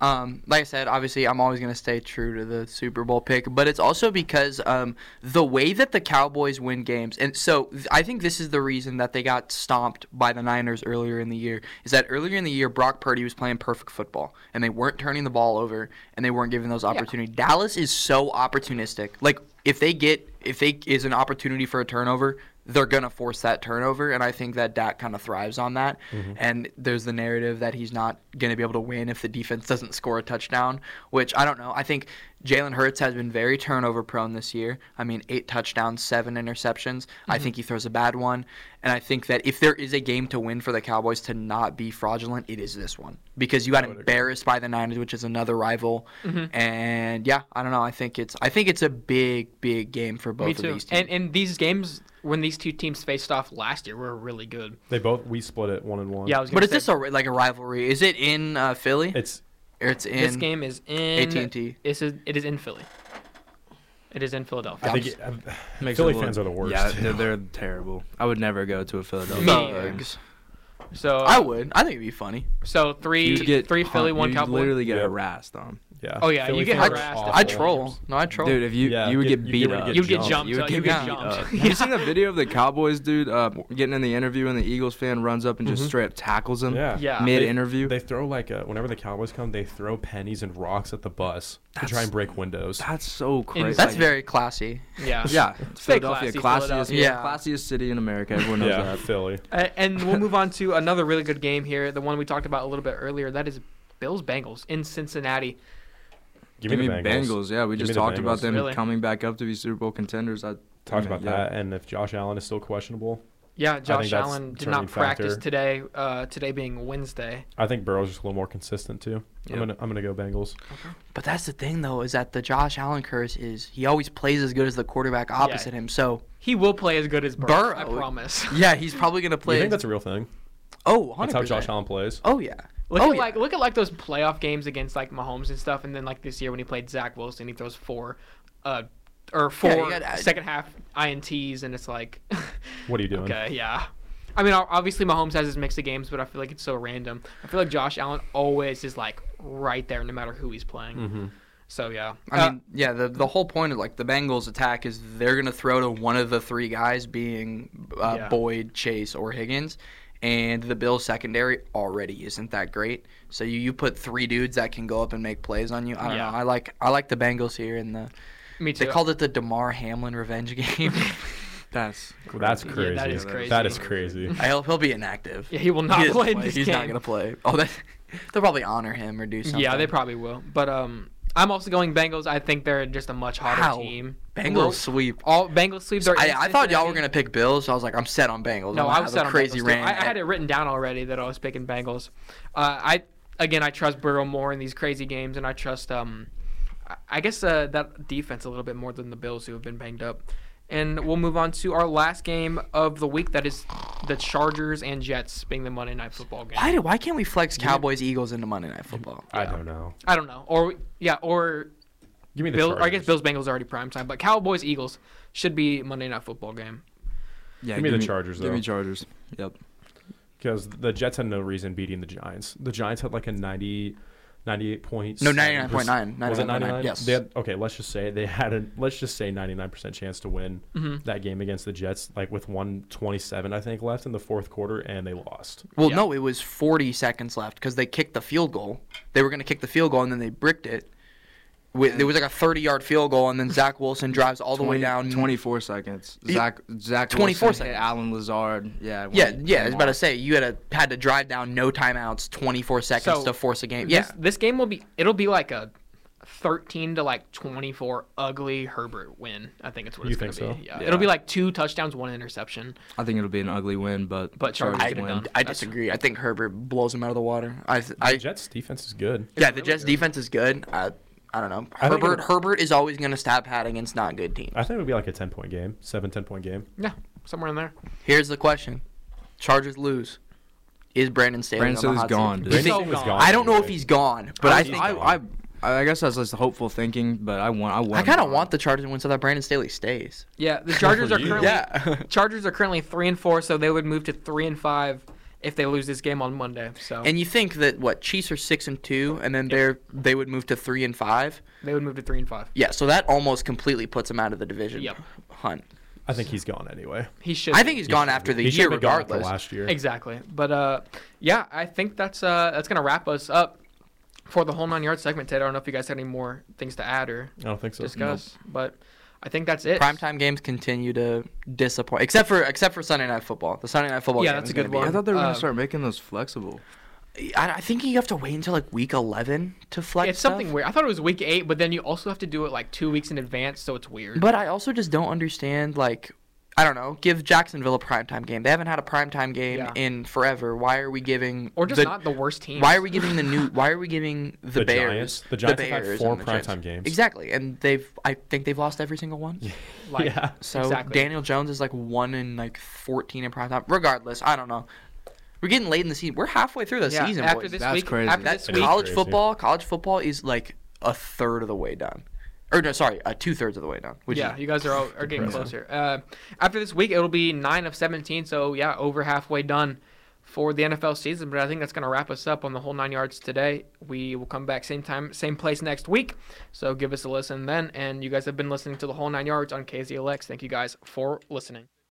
Speaker 4: Um, like I said, obviously I'm always gonna stay true to the Super Bowl pick, but it's also because um, the way that the Cowboys win games, and so th- I think this is the reason that they got stomped by the Niners earlier in the year. Is that earlier in the year Brock Purdy was playing perfect football, and they weren't turning the ball over, and they weren't giving those opportunities. Dallas is so opportunistic. Like if they get if they is an opportunity for a turnover, they're gonna force that turnover, and I think that Dak kind of thrives on that.
Speaker 1: Mm-hmm.
Speaker 4: And there's the narrative that he's not gonna be able to win if the defense doesn't score a touchdown, which I don't know. I think Jalen Hurts has been very turnover prone this year. I mean, eight touchdowns, seven interceptions. I
Speaker 1: Mm-hmm.
Speaker 4: think he throws a bad one, and I think that if there is a game to win for the Cowboys to not be fraudulent, it is this one because you got embarrassed by the Niners, which is another rival.
Speaker 1: Mm-hmm.
Speaker 4: And yeah, I don't know. I think it's I think it's a big, big game for both
Speaker 1: Me
Speaker 4: of
Speaker 1: too.
Speaker 4: these teams.
Speaker 1: And and these games when these two teams faced off last year were really good.
Speaker 2: They both we split it one and one.
Speaker 1: Yeah, I was gonna
Speaker 4: But is
Speaker 1: say,
Speaker 4: this a, like a rivalry? Is it in uh, Philly?
Speaker 2: it's
Speaker 4: or it's in
Speaker 1: this game is in
Speaker 4: AT&T.
Speaker 1: This is it is in Philly. It is in Philadelphia.
Speaker 2: I think it,
Speaker 3: Makes it
Speaker 2: Philly
Speaker 3: a little-
Speaker 2: fans are the worst.
Speaker 3: Yeah, they're, they're terrible. I would never go to a Philadelphia. game.
Speaker 4: Thugs.
Speaker 1: so
Speaker 4: I would. I think it'd be funny.
Speaker 1: so three
Speaker 3: You'd get
Speaker 1: three Philly
Speaker 3: hun-
Speaker 1: one
Speaker 3: you'd
Speaker 1: Cowboy.
Speaker 3: Literally get
Speaker 2: Yeah.
Speaker 3: harassed on,
Speaker 2: yeah.
Speaker 1: Oh, yeah,
Speaker 2: Philly
Speaker 1: you get
Speaker 2: fans are
Speaker 1: harassed
Speaker 2: awful.
Speaker 1: Oh.
Speaker 4: I troll. No, I troll.
Speaker 3: dude. If you
Speaker 2: Yeah,
Speaker 3: you would
Speaker 2: get-
Speaker 3: get
Speaker 2: you
Speaker 3: beat
Speaker 2: would
Speaker 3: up.
Speaker 2: get
Speaker 1: You'd get
Speaker 2: jumped.
Speaker 1: jumped.
Speaker 3: You would
Speaker 1: uh, You'd get
Speaker 3: get
Speaker 4: beat
Speaker 1: jumped.
Speaker 3: Have you seen that video of the Cowboys dude uh, getting in the interview and the Eagles fan runs up and just straight up tackles him?
Speaker 2: Mm-hmm. Yeah.
Speaker 1: Yeah.
Speaker 3: Mid
Speaker 2: They-
Speaker 3: interview.
Speaker 2: They throw like a, whenever the Cowboys come, they throw pennies and rocks at the bus to try and break windows.
Speaker 3: That's so crazy.
Speaker 4: That's
Speaker 3: Like,
Speaker 4: very classy.
Speaker 1: Yeah.
Speaker 3: Yeah, Philadelphia,
Speaker 1: classy,
Speaker 3: classiest,
Speaker 1: Philadelphia.
Speaker 4: Yeah.
Speaker 3: classiest city in America. Everyone knows
Speaker 2: yeah, Philly.
Speaker 1: Uh, and we'll move on to another really good game here, the one we talked about a little bit earlier. That is Bills Bengals in Cincinnati.
Speaker 2: Give,
Speaker 3: that. Give
Speaker 2: me
Speaker 3: me
Speaker 2: the Bengals.
Speaker 3: Bengals. Yeah, we
Speaker 2: Give me the
Speaker 3: just talked
Speaker 2: Bengals.
Speaker 3: about them
Speaker 1: Really?
Speaker 3: coming back up to be Super Bowl contenders. I
Speaker 2: Talked
Speaker 3: I mean,
Speaker 2: about
Speaker 3: yeah.
Speaker 2: that, and if Josh Allen is still questionable,
Speaker 1: Yeah, Josh
Speaker 2: that's
Speaker 1: Allen did
Speaker 2: turning
Speaker 1: not practice
Speaker 2: factor.
Speaker 1: today. Uh, today being Wednesday.
Speaker 2: I think Burrow's just a little more consistent too. I'm
Speaker 3: Yep.
Speaker 2: gonna I'm gonna go Bengals.
Speaker 4: But that's the thing, though, is that the Josh Allen curse is he always plays as good as the quarterback opposite him. So,
Speaker 1: He will play as good as Burrow. I
Speaker 4: Burrow.
Speaker 1: promise.
Speaker 4: yeah, he's probably going to
Speaker 2: You
Speaker 4: play.
Speaker 2: think that's a real thing?
Speaker 4: oh, 100%.
Speaker 2: That's how Josh Allen plays.
Speaker 4: Oh, yeah.
Speaker 1: Look
Speaker 4: oh,
Speaker 1: at
Speaker 4: yeah.
Speaker 1: like look at like those playoff games against like Mahomes and stuff, and then like this year when he played Zach Wilson, he throws four, uh, or four
Speaker 4: you
Speaker 1: second
Speaker 4: gotta-
Speaker 1: half ints, and it's like,
Speaker 2: What are you doing?
Speaker 1: okay, yeah. I mean, ob- obviously Mahomes has his mix of games, but I feel like it's so random. I feel like Josh Allen always is like right there, no matter who he's playing.
Speaker 2: Mm-hmm.
Speaker 1: So yeah,
Speaker 4: I mean, yeah, the, the whole point of like the Bengals attack is they're going to throw to one of the three guys being uh,
Speaker 1: Yeah.
Speaker 4: Boyd, Chase, or Higgins. And the Bills secondary already isn't that great. So you, you put three dudes that can go up and make plays on you. I don't
Speaker 1: Yeah.
Speaker 4: know. I like I like the Bengals here and the
Speaker 1: uh, me too.
Speaker 4: they called it the DeMar Hamlin revenge game.
Speaker 3: That's
Speaker 2: Well, that's
Speaker 1: Yeah,
Speaker 2: crazy.
Speaker 1: that is
Speaker 2: That
Speaker 1: crazy.
Speaker 2: is crazy.
Speaker 4: I hope he'll be inactive.
Speaker 1: yeah, he will not
Speaker 4: doesn't
Speaker 1: play in this
Speaker 4: He's
Speaker 1: game.
Speaker 4: not gonna play. Oh, that, they'll probably honor him or do something.
Speaker 1: Yeah, they probably will. But um, I'm also going Bengals. I think they're just a much hotter
Speaker 4: How?
Speaker 1: team.
Speaker 4: Bengals
Speaker 1: Well,
Speaker 4: sweep.
Speaker 1: All Bengals sleeves are.
Speaker 4: I,
Speaker 1: in
Speaker 4: I thought y'all were
Speaker 1: Cincinnati.
Speaker 4: gonna pick Bills, so I was like, I'm set on Bengals.
Speaker 1: No,
Speaker 4: I'm gonna
Speaker 1: I was
Speaker 4: have
Speaker 1: set
Speaker 4: a
Speaker 1: on
Speaker 4: crazy
Speaker 1: Bengals, too.
Speaker 4: rant.
Speaker 1: I, I had it written down already that I was picking Bengals. Uh, I again, I trust Burrow more in these crazy games, and I trust um, I- I guess uh, that defense a little bit more than the Bills, who have been banged up. And we'll move on to our last game of the week. That is the Chargers and Jets being the Monday Night Football game.
Speaker 4: Why do why can't we flex Cowboys Eagles into Monday Night Football?
Speaker 2: I don't know.
Speaker 1: I don't know, or yeah, or
Speaker 2: Give me the
Speaker 1: Bill, or I guess
Speaker 2: Chargers.
Speaker 1: Bills Bengals are already prime time, but Cowboys Eagles should be Monday Night Football game.
Speaker 3: yeah.
Speaker 2: Give me the Chargers,
Speaker 3: Give
Speaker 2: though.
Speaker 3: me Chargers. Yep.
Speaker 2: because the Jets had no reason beating the Giants. The Giants had like a 90, 98 points.
Speaker 4: No, 99.9,
Speaker 2: Was it
Speaker 4: 99.9?
Speaker 2: 99?
Speaker 4: Yes.
Speaker 2: They had, okay, let's just say they had a let's just say 99% chance to win
Speaker 4: Mm-hmm.
Speaker 2: that game against the Jets, like with 127 I think left in the fourth quarter, and they lost.
Speaker 4: Well,
Speaker 1: Yeah.
Speaker 4: no, it was 40 seconds left because they kicked the field goal. They were going to kick the field goal and then they bricked it. With, it was like a 30-yard field goal, and then Zach Wilson drives all the way
Speaker 3: 20
Speaker 4: down.
Speaker 3: 24 seconds.
Speaker 4: He-
Speaker 3: Zach Zach
Speaker 4: 24
Speaker 3: Wilson hit
Speaker 4: seconds.
Speaker 3: Alan Lazard. Yeah. when
Speaker 4: Yeah,
Speaker 3: he
Speaker 4: yeah. I was
Speaker 3: came
Speaker 4: about to
Speaker 3: off.
Speaker 4: say you had a, had to drive down no timeouts, 24 seconds
Speaker 1: So,
Speaker 4: to force a game.
Speaker 1: This-
Speaker 4: Yeah,
Speaker 1: This, game will be it'll be like a 13 to like 24 ugly Herbert win. I think it's what
Speaker 2: You
Speaker 1: it's going to
Speaker 2: think
Speaker 1: be.
Speaker 2: so?
Speaker 1: Yeah.
Speaker 3: Yeah.
Speaker 1: It'll be like two touchdowns, one interception.
Speaker 3: I think it'll be an ugly win, but
Speaker 1: But Chargers
Speaker 4: I,
Speaker 1: get it done.
Speaker 4: I
Speaker 1: That's-
Speaker 4: disagree. I think Herbert blows him out of the water. I,
Speaker 2: The
Speaker 4: I
Speaker 2: Jets defense is good.
Speaker 4: yeah, the Jets defense is good. I, I don't know.
Speaker 2: I think
Speaker 4: Herbert
Speaker 2: it-
Speaker 4: Herbert is always going to stab pat against not good teams.
Speaker 2: I think it would be like a 10 point game, 7, 10 point game.
Speaker 1: Yeah, somewhere in there.
Speaker 4: Here's the question: Chargers lose. Is Brandon Staley?
Speaker 3: Brandon
Speaker 4: on the
Speaker 3: Staley's
Speaker 4: hot
Speaker 3: gone, dude.
Speaker 4: seat? You
Speaker 1: Brandon
Speaker 4: think-
Speaker 1: Staley's gone.
Speaker 4: I don't know if he's gone, but I
Speaker 2: he's
Speaker 4: think
Speaker 2: gone.
Speaker 3: I,
Speaker 4: I,
Speaker 3: I, I guess that's just hopeful thinking, but I want I want.
Speaker 4: kind of
Speaker 3: him.
Speaker 4: want the Chargers to win so that Brandon Staley stays.
Speaker 1: Yeah, the Chargers are
Speaker 2: you.
Speaker 1: currently
Speaker 4: Yeah.
Speaker 1: Chargers are currently three and four, so they would move to three and five if they lose this game on Monday. So
Speaker 4: And you think that what Chiefs are six and two, and then they're they would move to three and five.
Speaker 1: they would move to three and five.
Speaker 4: Yeah, so that almost completely puts him out of the division
Speaker 1: Yep.
Speaker 4: hunt.
Speaker 2: I think he's gone anyway.
Speaker 1: He should.
Speaker 4: I
Speaker 1: be.
Speaker 4: think he's gone after the
Speaker 2: He
Speaker 4: year
Speaker 2: should've been gone after
Speaker 4: regardless.
Speaker 2: last year.
Speaker 1: exactly. But uh, yeah, I think that's uh that's gonna wrap us up for the whole nine yard segment today. I don't know if you guys had any more things to add or
Speaker 2: I don't think so.
Speaker 1: discuss, but I think that's it.
Speaker 4: Primetime games continue to disappoint, except for except for Sunday night football. The Sunday night football.
Speaker 1: Yeah,
Speaker 4: game
Speaker 1: that's a
Speaker 4: is
Speaker 1: good
Speaker 4: gonna be-
Speaker 3: I thought they were
Speaker 1: Um,
Speaker 3: gonna start making those flexible.
Speaker 4: I, I think you have to wait until like week eleven to flex.
Speaker 1: It's something
Speaker 4: stuff.
Speaker 1: weird. I thought it was week eight, but then you also have to do it like two weeks in advance, so it's weird.
Speaker 4: But I also just don't understand, like, I don't know, give Jacksonville a primetime game. They haven't had a primetime game
Speaker 1: Yeah.
Speaker 4: in forever. Why are we giving
Speaker 1: or just
Speaker 4: the-
Speaker 1: not the worst team.
Speaker 4: Why are we giving the new why are we giving the,
Speaker 2: The
Speaker 4: Bears
Speaker 2: Giants- the Giants have had
Speaker 4: Bears
Speaker 2: four
Speaker 4: and the Jets?
Speaker 2: primetime games.
Speaker 4: Exactly. And they've I think they've lost every single one.
Speaker 1: Like,
Speaker 2: yeah.
Speaker 4: So
Speaker 1: exactly.
Speaker 4: Daniel Jones is like one in like fourteen in primetime. Regardless, I don't know. We're getting late in the season. We're halfway through the
Speaker 1: Yeah,
Speaker 4: season.
Speaker 1: after
Speaker 4: boys.
Speaker 1: this
Speaker 3: That's
Speaker 1: week,
Speaker 3: crazy.
Speaker 1: after
Speaker 4: That's
Speaker 1: this
Speaker 2: is
Speaker 1: week,
Speaker 4: college
Speaker 2: crazy.
Speaker 4: football. College football is like a third of the way done, or no, sorry, uh, two thirds of the way done. Which
Speaker 1: yeah,
Speaker 4: is,
Speaker 1: you guys are all, are getting closer. Uh, after this week, it'll be nine of seventeen. So yeah, over halfway done for the NFL season. But I think that's gonna wrap us up on the whole nine yards today. We will come back same time, same place next week. So give us a listen then. And you guys have been listening to the whole nine yards on KZLX. Thank you guys for listening.